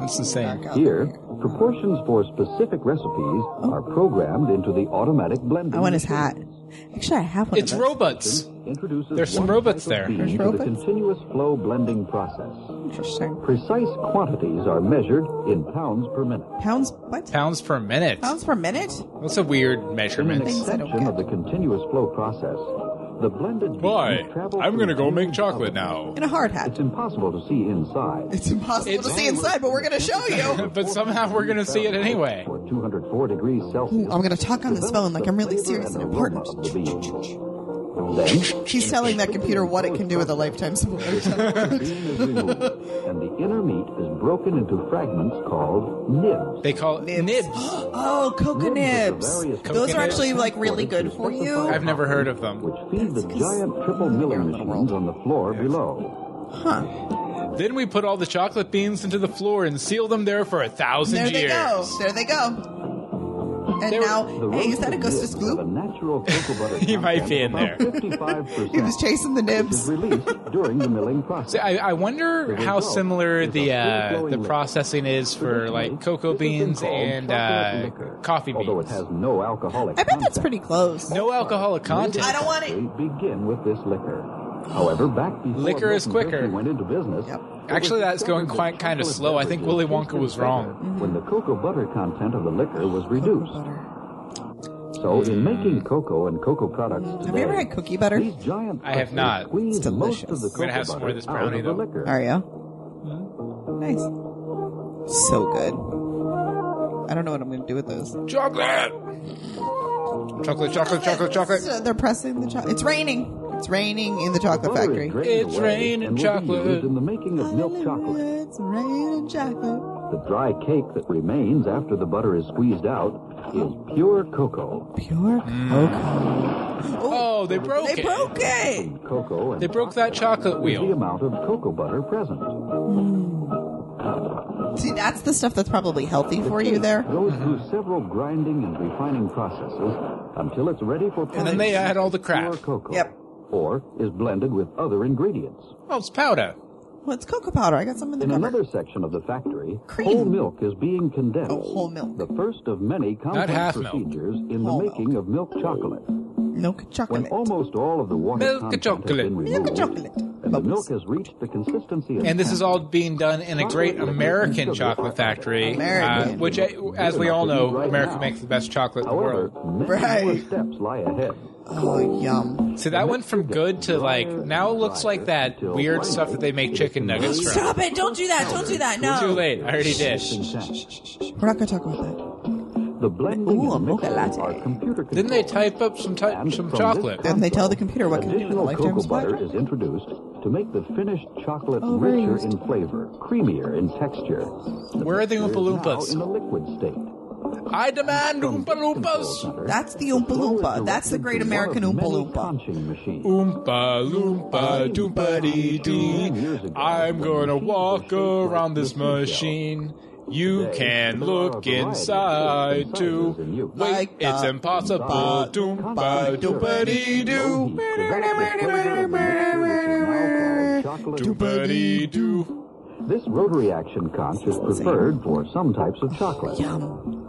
A: That's insane.
D: Here, proportions for specific recipes are programmed into the automatic blending.
B: I want his hat. Actually, I have one.
A: It's
B: of those.
A: robots.
D: Introduces
A: There's some
D: one
A: robots
D: type of
A: there.
D: bean
B: There's
D: to
B: robots?
D: The continuous flow blending process.
B: Interesting.
D: Precise quantities are measured in pounds per minute.
B: Pounds. What?
A: Pounds per minute.
B: Pounds per minute?
A: That's a weird
D: In an
A: measurement.
B: Things I don't
D: exception
B: get.
D: of the continuous flow process, the blended beans
A: Boy,
D: travel
A: I'm gonna
D: through
A: go make
D: huge
A: chocolate now.
D: ovens.
B: In a hard hat.
D: It's impossible to see inside.
B: It's impossible
A: It's-
B: to see inside, but we're going to show you.
A: <laughs> But somehow we're gonna see it anyway.
D: Or 204 degrees Celsius.
B: I'm gonna talk on this phone like I'm really serious and important. He's telling that computer what it can do with a lifetime supply.
D: Then, the bean is removed, and the inner meat is broken into fragments called nibs.
A: They call it nibs.
B: oh, coca nibs. Those are
A: Coca
B: actually
A: nibs.
B: like really good for you.
A: I've never heard of them.
D: Which feed the giant triple milling machines on the floor below.
A: Then we put all the chocolate beans into the floor and seal them there for a thousand
B: There they
A: years.
B: go. There they go. And
A: There-
B: now, hey, is that a Gustus
D: glue?
B: glue?
A: <laughs> He might be in there.
B: He was chasing the
D: Is
B: nibs.
D: released during the milling process.
A: So I, I wonder how similar the uh, the processing is for like cocoa beans and uh, coffee
D: Although it
A: beans.
D: has no alcoholic.
B: I bet that's pretty close.
A: No alcoholic content.
B: I don't want it.
D: Begin with this liquor. However, back before
A: Liquor is
D: Milton
A: quicker.
D: Berkeley went into business.
B: Yep.
D: it
A: Actually,
D: was
A: that's going
D: discovered
A: quite
D: that
A: kinda
D: chocolate
A: slow. I think
D: beverages
A: Willy Wonka
D: tasted
A: was wrong.
D: better When the cocoa butter content of the liquor was reduced.
B: Butter.
D: So, in making cocoa and cocoa products today,
B: Have you ever had cookie butter?
D: these giant
A: I have
D: presses
A: not.
D: squeeze
B: It's
D: most of
B: delicious.
D: the
B: I'm
D: cocoa
A: gonna have some more of
D: butter
A: this
D: out
A: brownie,
D: the
A: though.
D: liquor.
B: Are you? Nice. So good. I don't know what I'm going to do with those.
A: Chocolate. Chocolate, chocolate, chocolate, chocolate.
B: So they're pressing the chocolate. It's raining. It's raining in the chocolate
D: Butter is
B: factory.
D: drained
A: It's
D: away
A: raining
D: and will be
A: chocolate.
D: used in the making of milk chocolate.
B: It's raining chocolate.
D: The dry cake that remains after the butter is squeezed out is pure cocoa.
B: Pure cocoa.
A: Oh, they broke
B: They
A: it.
B: broke it.
D: Cocoa and
A: They broke that chocolate
D: is the
A: wheel.
D: amount of cocoa butter present.
B: See, that's the stuff that's probably healthy for you there.
D: Goes through several grinding and refining processes until it's ready for
A: And then they
D: pouring.
A: add all the crap.
D: pure cocoa.
B: Yep.
D: Or is blended with other ingredients.
A: Oh, it's powder.
B: Well, it's cocoa powder. I got some in the
D: In
B: cupboard.
D: another section of the factory,
B: Cream.
D: whole milk is being condensed.
B: Oh, whole milk.
D: The first of many
A: half
D: complex
A: milk.
D: procedures in
B: Whole
D: the
B: milk.
D: making of milk chocolate.
B: Milk
D: When
B: chocolate.
D: almost all of the water
A: Milk
D: content
A: chocolate.
D: has been
B: Milk
D: removed,
B: chocolate.
D: and the milk has reached the consistency of
A: And this is all being done in a great American chocolate factory, uh,
B: American.
A: which, uh, as we all know, America makes the best chocolate in the
D: However,
A: world.
D: many
B: Right.
D: more steps lie ahead.
B: Oh, yum.
A: So that went from good to like now it looks like that weird stuff that they make chicken nuggets from.
B: Stop it. Don't do that. Don't do that. No.
A: Too late. I already did.
B: We're not going to talk about
D: The blending
B: Ooh, a
D: and
B: mocha
D: mixing
B: latte.
D: are computer
A: Then they
D: controlled.
A: type up some ty-
D: And
A: some
D: from
A: chocolate.
D: this
B: that. And they tell the computer what can do with a
D: Additional
B: lifetime
D: cocoa
B: supply.
D: butter is introduced to make the finished chocolate
B: Oh, very
D: richer in
B: interesting.
D: flavor, creamier in texture. The
A: Where are the
D: mixture
A: Oompa
D: is Now in a liquid state.
A: I demand Oompa Loompas.
B: That's the Oompa Loompa. That's the great American Oompa Loompa.
D: Punching machine.
A: Oompa Loompa Doompa Dee Dee. I'm gonna walk around this machine. You can look inside too. Wait, it's impossible. Doompa Doompa Dee Doo. Doompa Dee Doo.
D: This rotary action conch is preferred for some types of chocolate,
B: Yum.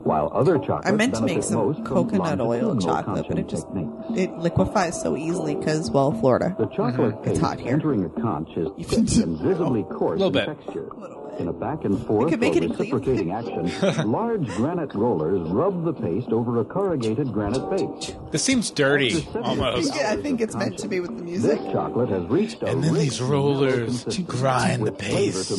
D: while other chocolates
B: I meant to make
D: benefit most
B: some
D: from
B: coconut oil
D: longitudinal
B: chocolate, but
D: conching
B: it just
D: techniques.
B: it liquefies so easily because well, Florida.
D: The chocolate
B: Mm-hmm. It's
D: cake
B: hot here.
D: entering the conch is
B: can
D: thick
B: <laughs>
D: and
B: do-
D: visibly coarse
A: Little
D: in
A: bit.
D: texture.
B: Little bit.
D: In a back and forth
B: could make
D: or
B: it in Cleveland.
D: reciprocating
B: <laughs>
D: action, large granite rollers rub the paste over a corrugated granite base.
A: This seems dirty,
D: After 72
A: almost.
B: Yeah, I think it's meant to be with the music.
D: This chocolate has reached a
A: And then
D: rich,
A: these rollers
D: mellow consistency
A: grind the
D: with flavor
A: paste.
D: to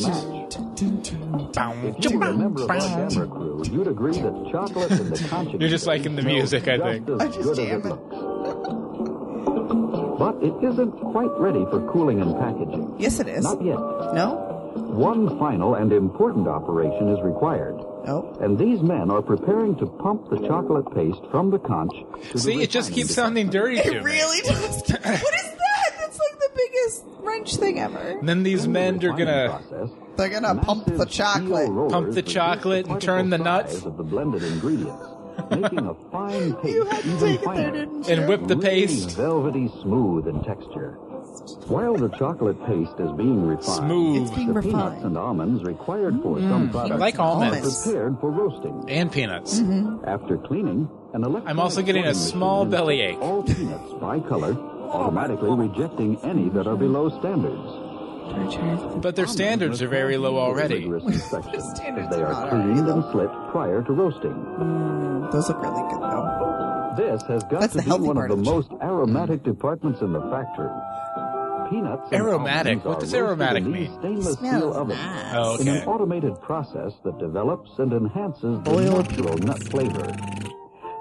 D: match.
A: Bow,
D: If you were a member of our
A: bow.
D: camera crew, you'd agree that chocolate
A: <laughs>
D: in the conch
A: You're just liking the
D: smells
A: music, I think.
D: just
B: I
D: as
B: just
D: good
B: jam
D: as it
B: it.
D: looks. But it isn't quite ready for cooling and packaging.
B: Yes, it is.
D: Not yet.
B: No?
D: One final and important operation is required,
B: No.
D: and these men are preparing to pump the chocolate paste from the conch. To
A: See,
D: the
A: it just
D: refining
A: keeps
D: device.
A: sounding dirty to me.
B: It really does.
A: <laughs>
B: what is that? That's like the biggest wrench thing ever.
A: And then these
D: In the
A: men are
D: refining
A: gonna.
D: process,
B: They're gonna pump the
D: massive steel
B: chocolate.
D: rollers
A: Pump the
D: reduce
A: chocolate and turn the
D: particle
A: nuts.
D: size Of the
A: <laughs>
D: blended ingredients, making a fine paste
B: You had to
D: even
B: take it
D: finer.
B: there, didn't you?
A: And whip the
D: Really
A: paste.
D: velvety smooth in texture.
F: paste.
D: While the chocolate paste is being refined,
A: Smooth. It's Mm,
F: being
D: the peanuts
F: refined.
D: and almonds required for some products
A: like almonds.
D: are prepared for roasting.
A: And peanuts.
D: After cleaning, an electric
A: I'm also getting a
D: sorting machine
A: small
D: inserts
A: bellyache.
D: All peanuts by color, automatically rejecting any that are below standards.
A: But their standards are very low already. <laughs>
D: Rigorous inspection, as
F: standards
D: they
F: are
D: are
F: not
D: cleaned
F: alright,
D: and slipped prior to roasting.
F: Those look really good though.
D: This has got
F: That's
D: to
F: the
D: be
F: healthy
D: one of
F: part
D: the
F: of the
D: most aromatic departments in the factory. Peanuts. and
A: Aromatic?
D: almonds
A: What
D: are
A: does
D: roasted
A: aromatic
D: in these
A: mean?
D: Stainless steel
F: Smells
D: ovens.
F: nice.
A: Oh,
D: in
A: okay.
D: an automated process that develops and enhances the
F: Boiled
D: natural nut flavor.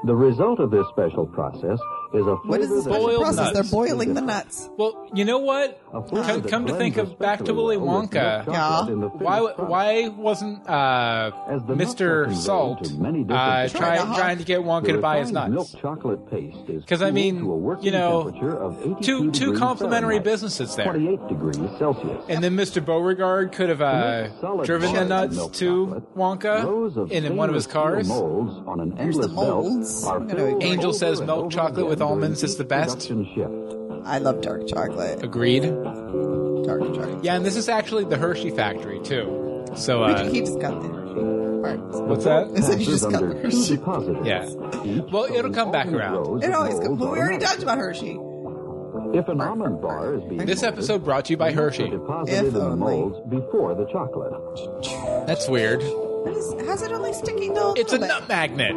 D: The result of this special process is a flavor
F: What is this
D: that-
A: Boiled
F: process?
A: nuts.
F: They're boiling the nuts.
A: Well, you know what?
D: A flavor
A: Come,
D: that
A: come to think
D: blends
A: of back to
D: especially
A: Willy
D: well with milk
A: Wonka.
D: chocolate
F: Yeah.
D: in the
A: Why?
D: finished product.
A: Why wasn't uh,
D: As the nuts are
A: Mr.
D: conveyed
A: Salt
D: to many different
A: uh,
D: places,
A: try,
F: Trying to
A: trying to get Wonka
D: the
A: to buy his
D: refined
A: nuts?
D: Milk chocolate paste is
A: 'Cause, I
D: cooled
A: mean,
D: to a working
A: you know,
D: temperature of 82
A: two- two
D: degrees
A: complementary
D: Fahrenheit,
A: businesses there.
D: 28 degrees Celsius.
A: And then Mr. Beauregard could have uh,
D: Make solid
A: driven the
D: bars of
A: nuts
D: milk
A: to
D: chocolate. Rows
A: Wonka
D: of
A: in one of his
D: stainless
A: cars.
D: steel molds on an
F: Here's the
D: endless belt
F: molds.
D: are
F: I'm gonna
D: filled
A: Angel
D: over
A: says
D: and
A: milk
D: over
A: chocolate
D: again
A: with
D: during
A: almonds is the
D: each
A: best.
D: production shift.
F: I love dark chocolate.
A: Agreed.
F: Dark chocolate.
A: Yeah, and this is actually the Hershey factory too. So
F: Wait,
A: uh,
F: he just got the parts.
A: what's that?
F: I said you
D: Passes
F: just got
D: under
F: the Hershey.
D: heat positive.
A: Yeah.
D: Each
A: Well, it'll
D: of
A: come back
D: alternate
A: around.
D: rows
F: It
D: of
F: always comes.
D: molds
F: But we already
D: automatically.
F: talked about Hershey.
D: If an almond bar is being
A: This
D: molded,
A: episode brought to you by Hershey.
D: deposited in
F: If
D: the
F: only.
D: molds before the chocolate.
A: That's weird.
F: What is, how's it only sticking to a
A: It's a
F: little
A: nut magnet.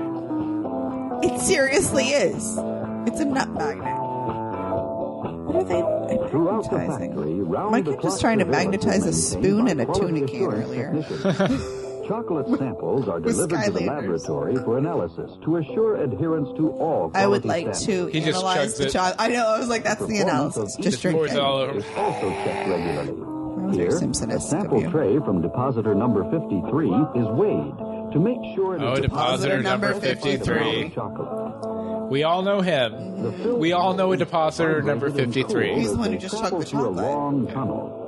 F: bit? It seriously is. It's a nut magnet. What are they
D: Throughout the
F: magnetizing?
D: factory, round
F: My
D: the
F: kid was
D: clock
F: trying to
D: surveillance is
F: magnetize a
D: maintained
F: spoon
D: by
F: and a
D: quality
F: tuna can
D: assurance
F: earlier. <laughs>
D: technicians. Chocolate samples are
F: With
D: delivered to the
F: Skylanders.
D: laboratory for analysis to assure adherence to all
F: I would
D: quality
F: like to
D: standards.
A: He just chugs
F: analyze the
A: it.
F: child. I know. I was like, that's the
D: Performance
F: analysis.
D: of
F: Just
A: It
F: drink
A: pours
F: it.
A: it all over.
D: is also checked regularly.
F: was very
D: Here, a
F: Simpson-esque of
D: sample
F: you.
D: tray from depositor number 53 is weighed to make sure it is
A: Oh, depositor
F: Depositor number
A: number
D: deposited
A: 53.
D: with chocolate.
A: We all know him.
D: The film
A: We all know a depositor
D: vibrated
A: number
D: and cooled
A: 53.
F: He's the one who
D: as they
F: just chugged the
D: travel through
F: chocolate.
D: A long tunnel.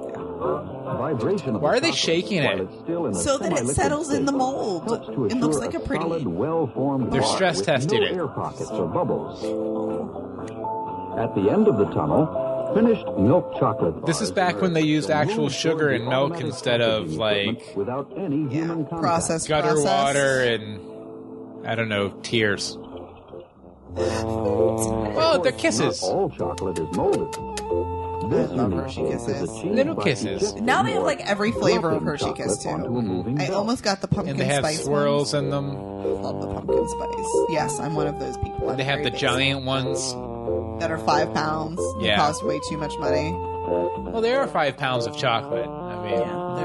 D: Vibration of
A: Why
D: the
A: are they
D: chocolate
A: shaking
D: while
A: it?
D: it's still in a
F: So that it
D: semi-liquid
F: settles in the
D: state
F: mold.
D: helps to
F: It looks
D: assure
F: like a pretty-
D: solid, well-formed
A: They're
D: bar
A: stress
D: with
A: testing
D: no
A: it.
D: air pockets or bubbles. At the end of the tunnel, finished milk chocolate.
A: This is
D: bars
A: back when they
D: emerge
A: used
D: and
A: actual
D: move
A: sugar
D: toward the
A: and milk
D: automatic
A: instead of,
D: packaging
A: like,
D: equipment without any human contact.
F: Process
A: Gutter
F: process.
A: water and, I don't know, tears. Oh, they're kisses.
D: Not all chocolate is molded. This
F: love
D: unique
F: Hershey
D: shape is
F: Kisses.
D: achieved
A: Little
D: by
A: kisses.
D: injecting
F: Now they have
D: more
F: like every flavor of
D: melting
F: Hershey Kiss
D: chocolate onto a
F: too.
D: moving
F: I
D: belt.
F: almost got the pumpkin
A: And they have
F: spice.
A: swirls
F: ones.
A: in them.
F: I love the pumpkin spice. Yes, I'm one of those people. I'm
A: They have
F: very
A: the
F: basic.
A: giant ones.
F: that are five pounds.
A: Yeah.
F: Yeah, cost way too much money.
A: Well, there are five pounds of chocolate. I mean,
F: Yeah,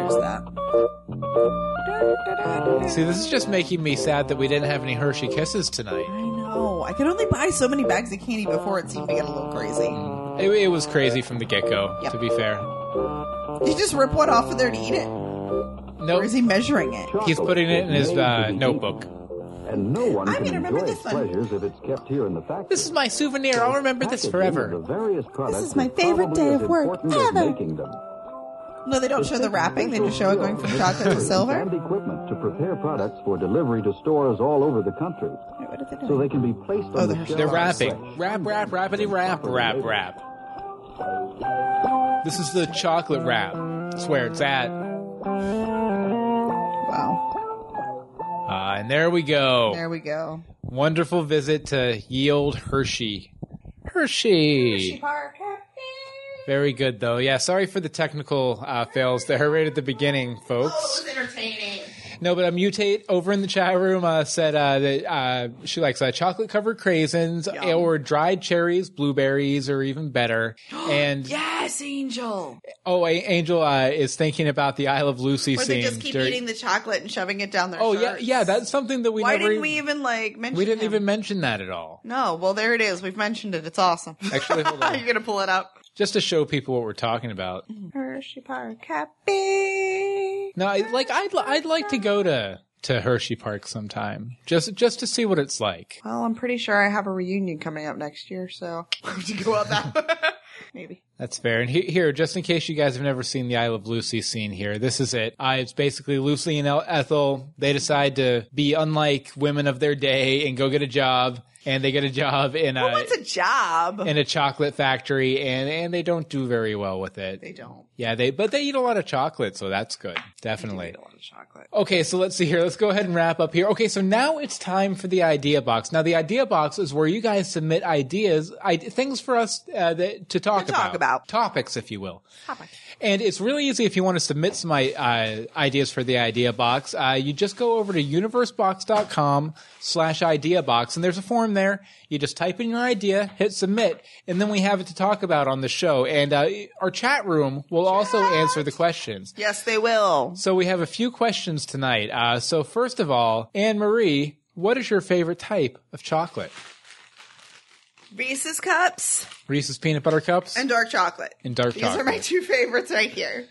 F: there's that.
A: uh, see, this is just making me sad that we didn't have any Hershey kisses tonight.
F: I know. I can only buy so many bags of candy before it seemed to get a little crazy.
A: It, it was crazy from the get go,
F: Yep.
A: to be fair.
F: You just rip one off of there to eat it.
A: No,
F: Or is he measuring it?
A: he's
D: Chocolate
A: putting it in
D: is
A: his
D: made to be
A: uh,
D: eaten,
A: notebook.
D: And no one
F: I
D: can
F: mean, I remember
D: enjoy
F: this
D: its
F: one.
D: pleasures if it's kept here in the factory.
A: This is my souvenir. I'll remember this
D: Packaging
A: forever.
D: of the various products
F: my favorite
D: probably
F: day
D: as
F: of work
D: important as
F: ever.
D: making them.
F: No, they don't show the wrapping. They just show it going from chocolate to
B: <laughs>
F: silver.
D: And equipment to prepare products for delivery to stores all over the country.
F: Wait, what are they
D: so
F: doing?
D: they can be placed
F: Oh,
D: on the
F: they're-
D: shelf
A: They're
D: as
A: rapping.
D: fresh,
A: Rap, rap, rappity, rap, rap, rap. This is the chocolate rap. That's where it's at.
F: Wow.
A: Uh, and there we go.
F: There we go.
A: Wonderful visit to Yield Hershey. Hershey. Very good, though. Yeah, sorry for the technical uh, fails there right at the
B: Oh,
A: beginning, folks.
E: entertaining.
A: No, but a mutate over in the chat room uh, said uh, that uh, she likes uh, chocolate covered craisins or dried cherries, blueberries, or even
B: <gasps>
A: better. And
B: Yes, Angel.
A: Oh, A- Angel uh, is thinking about the Isle of Lucy
B: Or
A: scene.
B: they just keep
A: during-
B: eating the chocolate and shoving it down their
A: oh yeah,
B: shirts.
A: yeah. That's something that we
B: Why
A: never.
B: didn't we even like mention?
A: we didn't
B: him?
A: even mention that at all.
B: No, well there it is. We've mentioned it. It's awesome.
A: Actually,
F: <laughs>
A: hold on.
B: You're gonna pull it up.
A: Just to show people what we're talking about.
B: Hershey Park happy.
A: No, I, like I'd li- I'd like to go to to Hershey Park sometime just just to see what it's like.
B: Well, I'm pretty sure I have a reunion coming up next year, so <laughs> I have to go out that <laughs> maybe.
A: That's fair. And he- here, just in case you guys have never seen the Isle of Lucy scene here, this is it. Uh, it's basically Lucy and El- Ethel. They decide to be unlike women of their day and go get a job. and they get a job in a,
B: Who wants a job?
A: in a chocolate factory, and and they don't do very well with it.
B: They don't.
A: Yeah, they but they eat a lot of chocolate, so that's good. Definitely.
B: They don't want chocolate.
A: Okay, so let's see here. Let's go ahead and wrap up here. Okay, so now it's time for the idea box. Now, the idea box is where you guys submit ideas, I, things for us uh, that, to talk
B: To
A: about,
B: talk about.
A: topics, if you will. And it's really easy if you want to submit some i- uh, ideas for the idea box. Uh, you just go over to universebox.com slash idea box, and there's a form there. You just type in your idea, hit submit, and then we have it to talk about on the show. And uh, our chat room will also answer the questions.
B: Yes, they will.
A: So we have a few questions tonight. Uh, so first of all, Anne Marie, what is your favorite type of chocolate?
B: Reese's cups
A: Reese's peanut butter cups
B: and dark chocolate.
A: and dark
B: These are
A: chocolate. Mm-hmm.
B: my two favorites right here.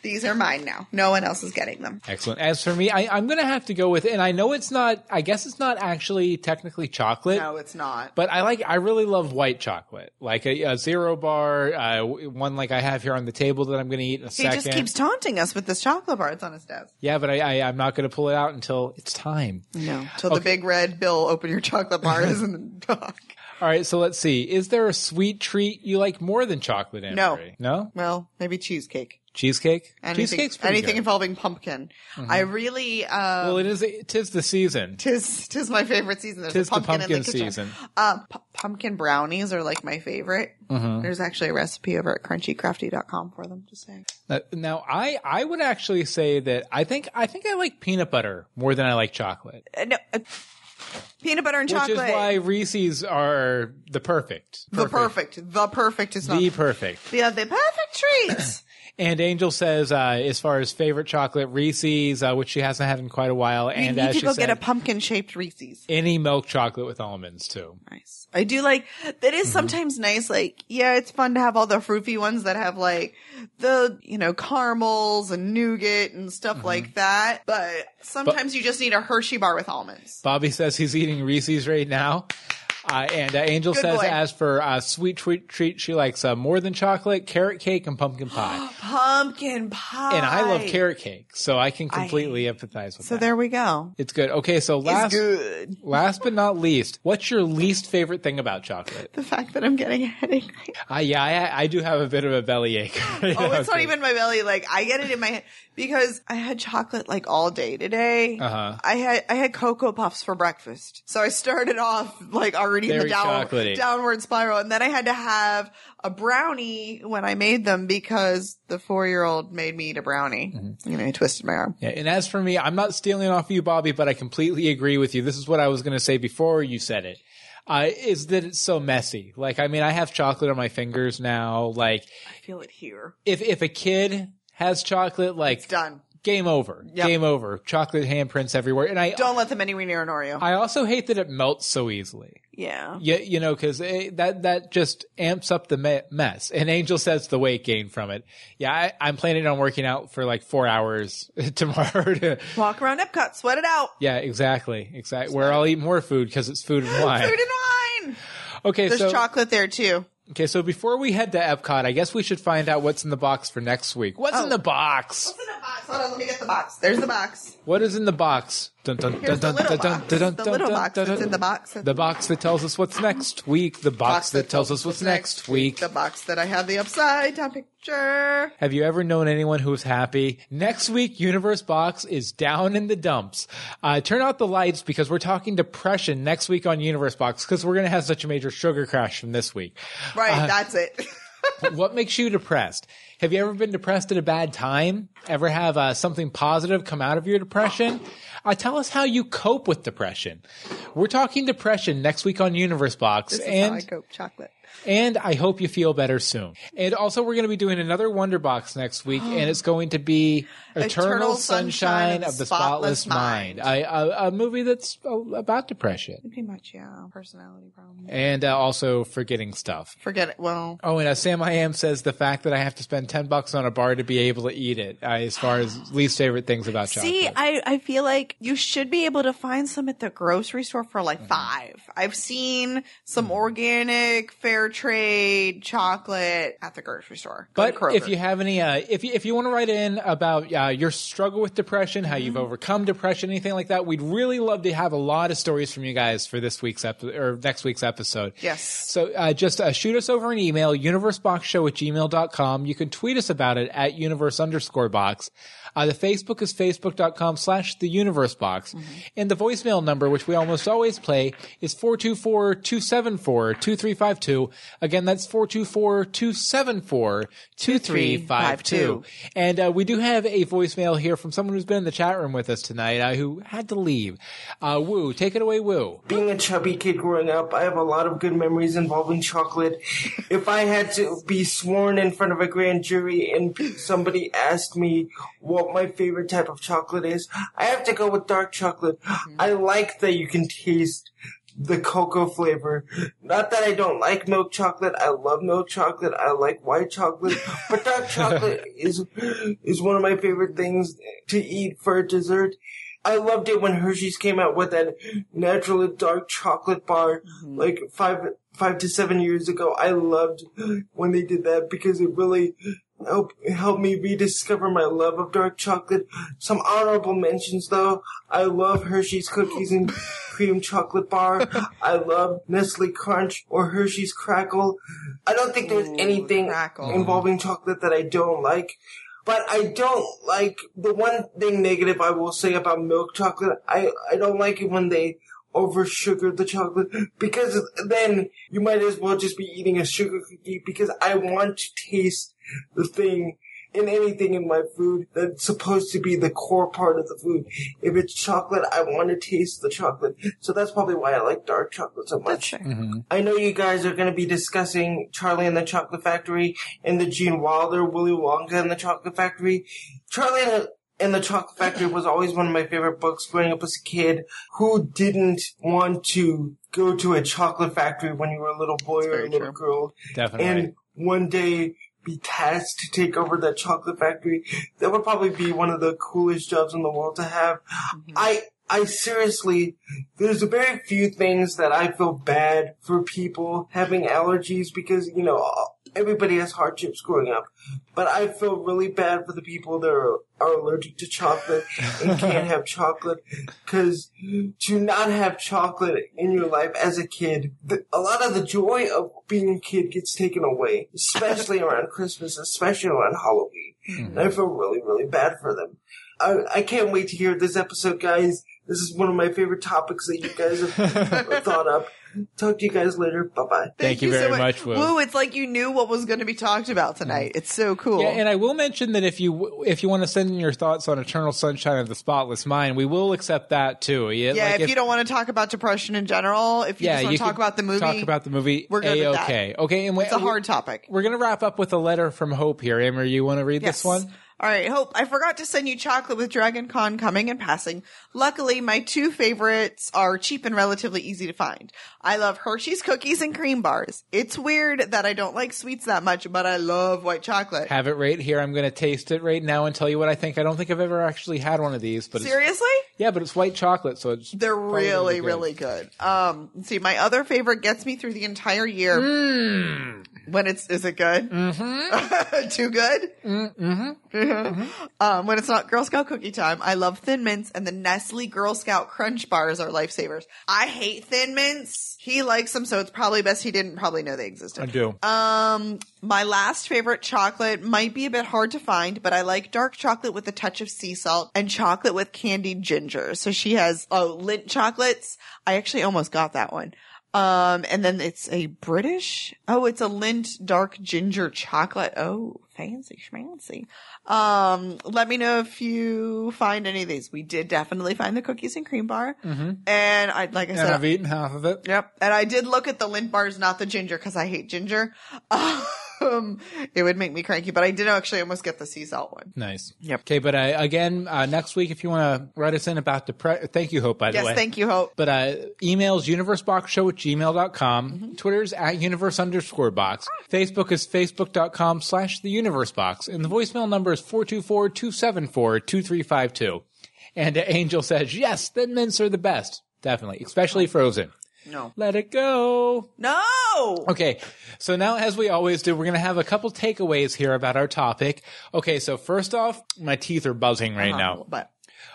B: These are mine now. No one else is getting them.
A: Excellent. As for me, I, I'm going to have to go with, and I know it's not. I guess it's not actually technically chocolate.
B: No, it's not.
A: But I like, I really love white chocolate, like a, a zero bar, uh, w- one like I have here on the table that I'm going to eat in a
B: he
A: second.
B: just keeps taunting us with this chocolate bar. It's on his desk.
A: yeah, but I, I, I'm not going to pull it out until it's time.
B: No. Till the big red bill open your chocolate bar is
A: <laughs>
B: in the dock.
A: All right, so let's see. Is there a sweet treat you like more than chocolate? Anne
B: No.
A: Marie? no.
B: Well, maybe cheesecake.
A: Cheesecake?
B: Anything,
A: Cheesecake's pretty
B: anything
A: good. Mm-hmm.
B: involving pumpkin. I really uh
A: well, it is. It is the season.
B: tis tis my favorite season. There's
A: Tis
B: a
A: the
B: pumpkin,
A: pumpkin
B: in the kitchen.
A: season.
B: Uh, pu- pumpkin brownies are like my favorite.
A: Mm-hmm.
B: There's actually a recipe over at crunchycrafty.com for them. Just saying.
A: Uh, Now, I I would actually say that I think I think I like peanut butter more than I like chocolate,
B: Uh, no, uh, peanut butter and chocolate.
A: which is why Reese's are the perfect.
B: the perfect. The perfect is not
A: The perfect.
B: yeah, the perfect treats.
A: And Angel says, uh, as far as favorite chocolate, Reese's, uh, which she hasn't had in quite a while,
B: you
A: and
B: need
A: as
B: to
A: she
B: go
A: said,
B: get a pumpkin shaped Reese's.
A: any milk chocolate with almonds too.
B: Nice. I do like that
A: Mm-hmm.
B: is sometimes nice. Like, yeah, it's fun to have all the fruity ones that have like the, you know, caramels and nougat and stuff
A: Mm-hmm.
B: like that. But sometimes you just need a Hershey bar with almonds.
A: Bobby says he's eating Reese's right now. Uh, and uh, Angel
B: Good
A: says,
B: boy.
A: as for uh, sweet treat, treat, she likes uh, more than chocolate, carrot cake, and pumpkin pie.
B: Pumpkin pie.
A: and I love carrot cake, so I can completely empathize with
B: So
A: that.
B: there we go.
A: it's good. Okay, so last,
B: it's good. <laughs>
A: last but not least, what's your least favorite thing about chocolate?
B: The fact that I'm getting a headache.
A: Uh, yeah, I, I do have a bit of a bellyache. <laughs>
B: Oh, it's not even my belly. Like I get it in my head because I had chocolate like all day today.
A: Uh-huh.
B: I had I had cocoa puffs for breakfast, so I started off like already in
A: Very
B: the down,
A: chocolatey.
B: downward spiral, and then I had to have a brownie when I made them because the four year old made me eat a brownie.
A: Mm-hmm.
B: You know, he twisted my arm.
A: Yeah, and as for me, I'm not stealing off you, Bobby, but I completely agree with you. This is what I was going to say before you said it. Uh, is that it's so messy? Like, I mean, I have chocolate on my fingers now. Like,
B: I feel it here.
A: if if a kid has chocolate, like,
B: Done.
A: game over,
B: Yep.
A: game over. Chocolate handprints everywhere, and I
B: Don't let them anywhere near an Oreo.
A: I also hate that it melts so easily.
B: yeah.
A: Yeah, you know, because that that just amps up the me- mess. And Angel says the weight gain from it. Yeah, I, I'm planning on working out for like four hours <laughs> tomorrow to
B: Walk around Epcot, sweat it out.
A: Yeah, exactly. Exactly. Where I'll eat more food because it's food and wine.
B: Food and wine.
A: Okay,
B: There's
A: so
B: chocolate there too.
A: okay, so before we head to Epcot, I guess we should find out what's in the box for next week. What's
B: Oh.
A: in the box?
B: What's in the box? Hold on, let me get the box. There's the box.
A: What is in the box? Dun, dun,
B: Here's the little box. The little box that's in the box.
A: The box that tells us what's next week. The box that tells us what's next week.
B: The box that I have the upside down picture.
A: Have you ever known anyone who was happy? Next week, Universe Box is down in the dumps. Uh, turn out the lights because we're talking depression next week on Universe Box because we're going to have such a major sugar crash from this week. <laughs>
B: Right, that's <laughs> it.
A: what makes Uh, you depressed? Have you ever been depressed at a bad time? Ever have uh, something positive come out of your depression? Uh, tell us how you cope with depression. We're talking depression next week on Universe Box,
B: This is how I
A: and
B: cope chocolate.
A: and I hope you feel better soon. And also, we're going to be doing another Wonder Box next <gasps> week, and it's going to be Eternal,
B: Eternal
A: Sunshine,
B: Sunshine
A: of the Spotless, Mind, A, a, a movie that's uh, about depression
B: Pretty much, yeah. Personality problem.
A: and uh, also forgetting stuff.
B: Forget it. Well,
A: Oh, and uh, Sam I Am says the fact that I have to spend 10 bucks on a bar to be able to eat it, uh, as far <gasps> as least favorite things about chocolate.
B: see, I, I feel like you should be able to
A: Mm-hmm.
B: find some at the grocery store for like five. I've seen some organic, fair fair trade chocolate at the grocery store. Go to
A: But
B: Kroger.
A: if you have any, uh, if you, if you want to write in about uh, your struggle with depression, how you've overcome depression, anything like that, we'd really love to have a lot of stories from you guys for this week's episode or next week's episode.
B: Yes.
A: So uh, just uh, shoot us over an email, universeboxshow at gmail.com. You can tweet us about it at universe underscore box. Uh, the Facebook is facebook.com slash the universe box. And the voicemail number, which we almost always play, is 424 274 2352. Again, that's 424 274 2352. And uh, we do have a voicemail here from someone who's been in the chat room with us tonight uh, who had to leave. Uh, Woo, take it away, Woo.
G: being a chubby kid growing up, I have a lot of good memories involving chocolate. If I had to be sworn in front of a grand jury and somebody asked me what my favorite type of chocolate is, I have to go with dark chocolate. I like that you can taste the cocoa flavor. Not that I don't like milk chocolate. I love milk chocolate. I like white chocolate, but dark chocolate is is one of my favorite things to eat for dessert. I loved it when Hershey's came out with that naturally dark chocolate bar, like five five to seven years ago. I loved when they did that because it really help help me rediscover my love of dark chocolate. Some honorable mentions though. I love Hershey's cookies and cream chocolate bar. I love Nestle Crunch or Hershey's Crackle. I don't think there's anything
B: Crackle.
G: involving chocolate that I don't like. But I don't like the one thing negative I will say about milk chocolate. I, I don't like it when they over sugar the chocolate because then you might as well just be eating a sugar cookie because I want to taste the thing in anything in my food that's supposed to be the core part of the food. If it's chocolate, I want to taste the chocolate. So that's probably why I like dark chocolate so much. I know you guys are going to be discussing Charlie and the Chocolate Factory and the Gene Wilder, Willy Wonka and the Chocolate Factory. Charlie and the, and the Chocolate Factory was always one of my favorite books growing up as a kid. Who didn't want to go to a chocolate factory when you were a little boy or a little girl?
A: Definitely.
G: And one day be tasked to take over that chocolate factory. That would probably be one of the coolest jobs in the world to have. I, I seriously, there's very few things that I feel bad for people having allergies because, you know, everybody has hardships growing up. But I feel really bad for the people that are, are allergic to chocolate and can't have chocolate because to not have chocolate in your life as a kid, the, a lot of the joy of being a kid gets taken away, especially around Christmas, especially around Halloween. And I feel really, really bad for them. I, I can't wait to hear this episode, guys. This is one of my favorite topics that you guys have thought up. Talk to you guys later. Bye bye.
A: Thank, you, very much, Woo.
B: Woo, it's like you knew what was going to be talked about tonight. It's so cool.
A: Yeah, and I will mention that if you if you want to send in your thoughts on Eternal Sunshine of the Spotless Mind, we will accept that too. Yeah,
B: Yeah,
A: like
B: if, you don't want to talk about depression in general, if you just want to talk
A: can
B: about the movie,
A: talk about the movie.
B: we're good with that.
A: A-okay. Okay, and
B: it's a hard topic.
A: We're gonna wrap up with a letter from Hope here. Amber, you want to read this one?
B: All right, Hope. I forgot to send you chocolate with Dragon Con coming and passing. Luckily, my two favorites are cheap and relatively easy to find. I love Hershey's cookies and cream bars. It's weird that I don't like sweets that much, but I love white chocolate.
A: Have it right here. I'm gonna taste it right now and tell you what I think. I don't think I've ever actually had one of these, but it's,
B: Seriously?
A: yeah, but it's white chocolate, so it's
B: They're
A: probably
B: really, really good. Um, let's see, my other favorite gets me through the entire year. When it's, is it good? Hmm. Mm-hmm. <laughs> Too good? Mm-hmm. Um, when it's not Girl Scout cookie time, I love Thin Mints and the Nestle Girl Scout Crunch Bars are lifesavers. I hate Thin Mints. He likes them, so it's probably best he didn't probably know they existed.
A: I do.
B: Um, my last favorite chocolate might be a bit hard to find, but I like dark chocolate with a touch of sea salt and chocolate with candied ginger. So she has, oh, lint chocolates. I actually almost got that one. Um, and then it's a British. Oh, it's a lint dark ginger chocolate. Oh, fancy schmancy. Um, let me know if you find any of these. We did definitely find the cookies and cream bar. And I, like I
A: and
B: said,
A: I've eaten half of it.
B: Yep. And I did look at the lint bars, not the ginger, because I hate ginger. <laughs> Um, it would make me cranky, but I did actually almost get the sea salt one.
A: Nice.
B: Yep.
A: Okay, but uh, again, uh, next week, if you want to write us in about depression, thank you, Hope, by
B: Yes,
A: the way.
B: thank you, Hope.
A: But uh, emails universeboxshow at gmail.com.
B: Mm-hmm.
A: Twitter's at universe underscore box. Facebook is facebook.com slash the universe box. And the voicemail number is 424 274 2352. And Angel says, yes, thin mints are the best. Definitely, especially frozen.
B: No.
A: Let it go.
B: No.
A: Okay, so now as we always do, we're going to have a couple takeaways here about our topic. Okay, so first off, my teeth are buzzing
B: Uh-huh.
A: right now.
B: Um, But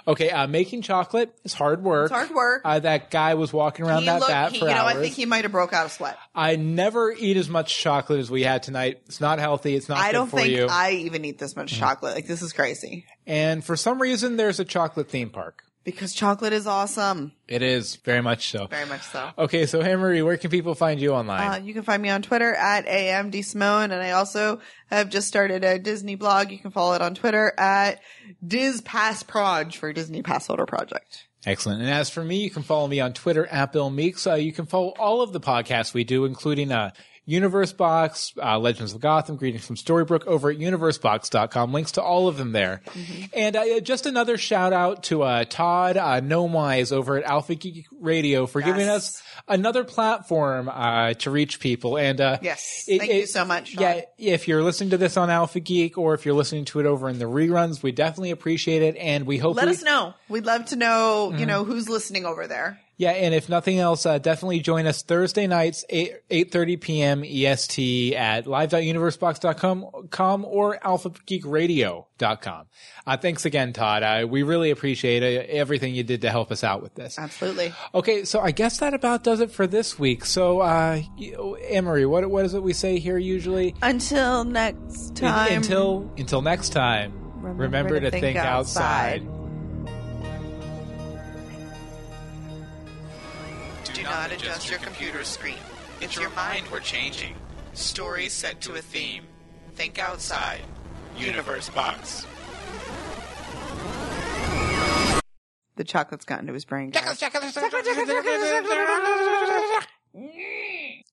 A: Okay, uh, making chocolate is hard work.
B: it's hard work.
A: Uh, that guy was walking around
B: he
A: that
B: looked,
A: bat
B: he,
A: for
B: you know,
A: hours.
B: I think he might have broke out a sweat.
A: I never eat as much chocolate as we had tonight. It's not healthy. It's not
B: I
A: good
B: don't
A: for
B: think
A: you. Mm.
B: I even eat this much chocolate. Like this is crazy
A: and for some reason, there's a chocolate theme park.
B: because chocolate is awesome.
A: It is very much so.
B: Very much so.
A: Okay, so hey Marie, where can people find you online?
B: Uh, you can find me on Twitter at amdsmoan, and I also have just started a Disney blog. You can follow it on Twitter at DizPassProj for Disney Pass Holder Project.
A: Excellent. And as for me, you can follow me on Twitter at Bill Meeks. Uh, you can follow all of the podcasts we do, including uh, Universe Box, uh, Legends of Gotham, Greetings from Storybrooke over at universebox.com. Links to all of them there.
B: Mm-hmm.
A: And uh, just another shout out to uh, Todd uh, Gnomewise over at Alpha Geek Radio for giving us another platform uh, to reach people. And uh,
B: Yes. Thank you so much, Todd.
A: Yeah, if you're listening to this on Alpha Geek or if you're listening to it over in the reruns, we definitely appreciate it. And we hope
B: Let
A: we-
B: us know. Mm-hmm. We'd love to know, you know, who's listening over there.
A: yeah, and if nothing else, uh, definitely join us Thursday nights, 8, 8.30 p.m. EST E at live.universebox.com com or alphageekradio.com. Uh, thanks again, Todd. Uh, we really appreciate uh, everything you did to help us out with this.
B: Absolutely.
A: Okay, so I guess that about does it for this week. So, uh, you- Emery, what, what is it we say here usually?
B: Until next
A: Un-
B: time.
A: until, until next time, remember, to, think, outside.
B: Do not adjust your computer screen. It's your mind we're changing. Stories set to a theme. Think outside.
H: Universe Box.
B: The chocolate's gotten to his brain. guys.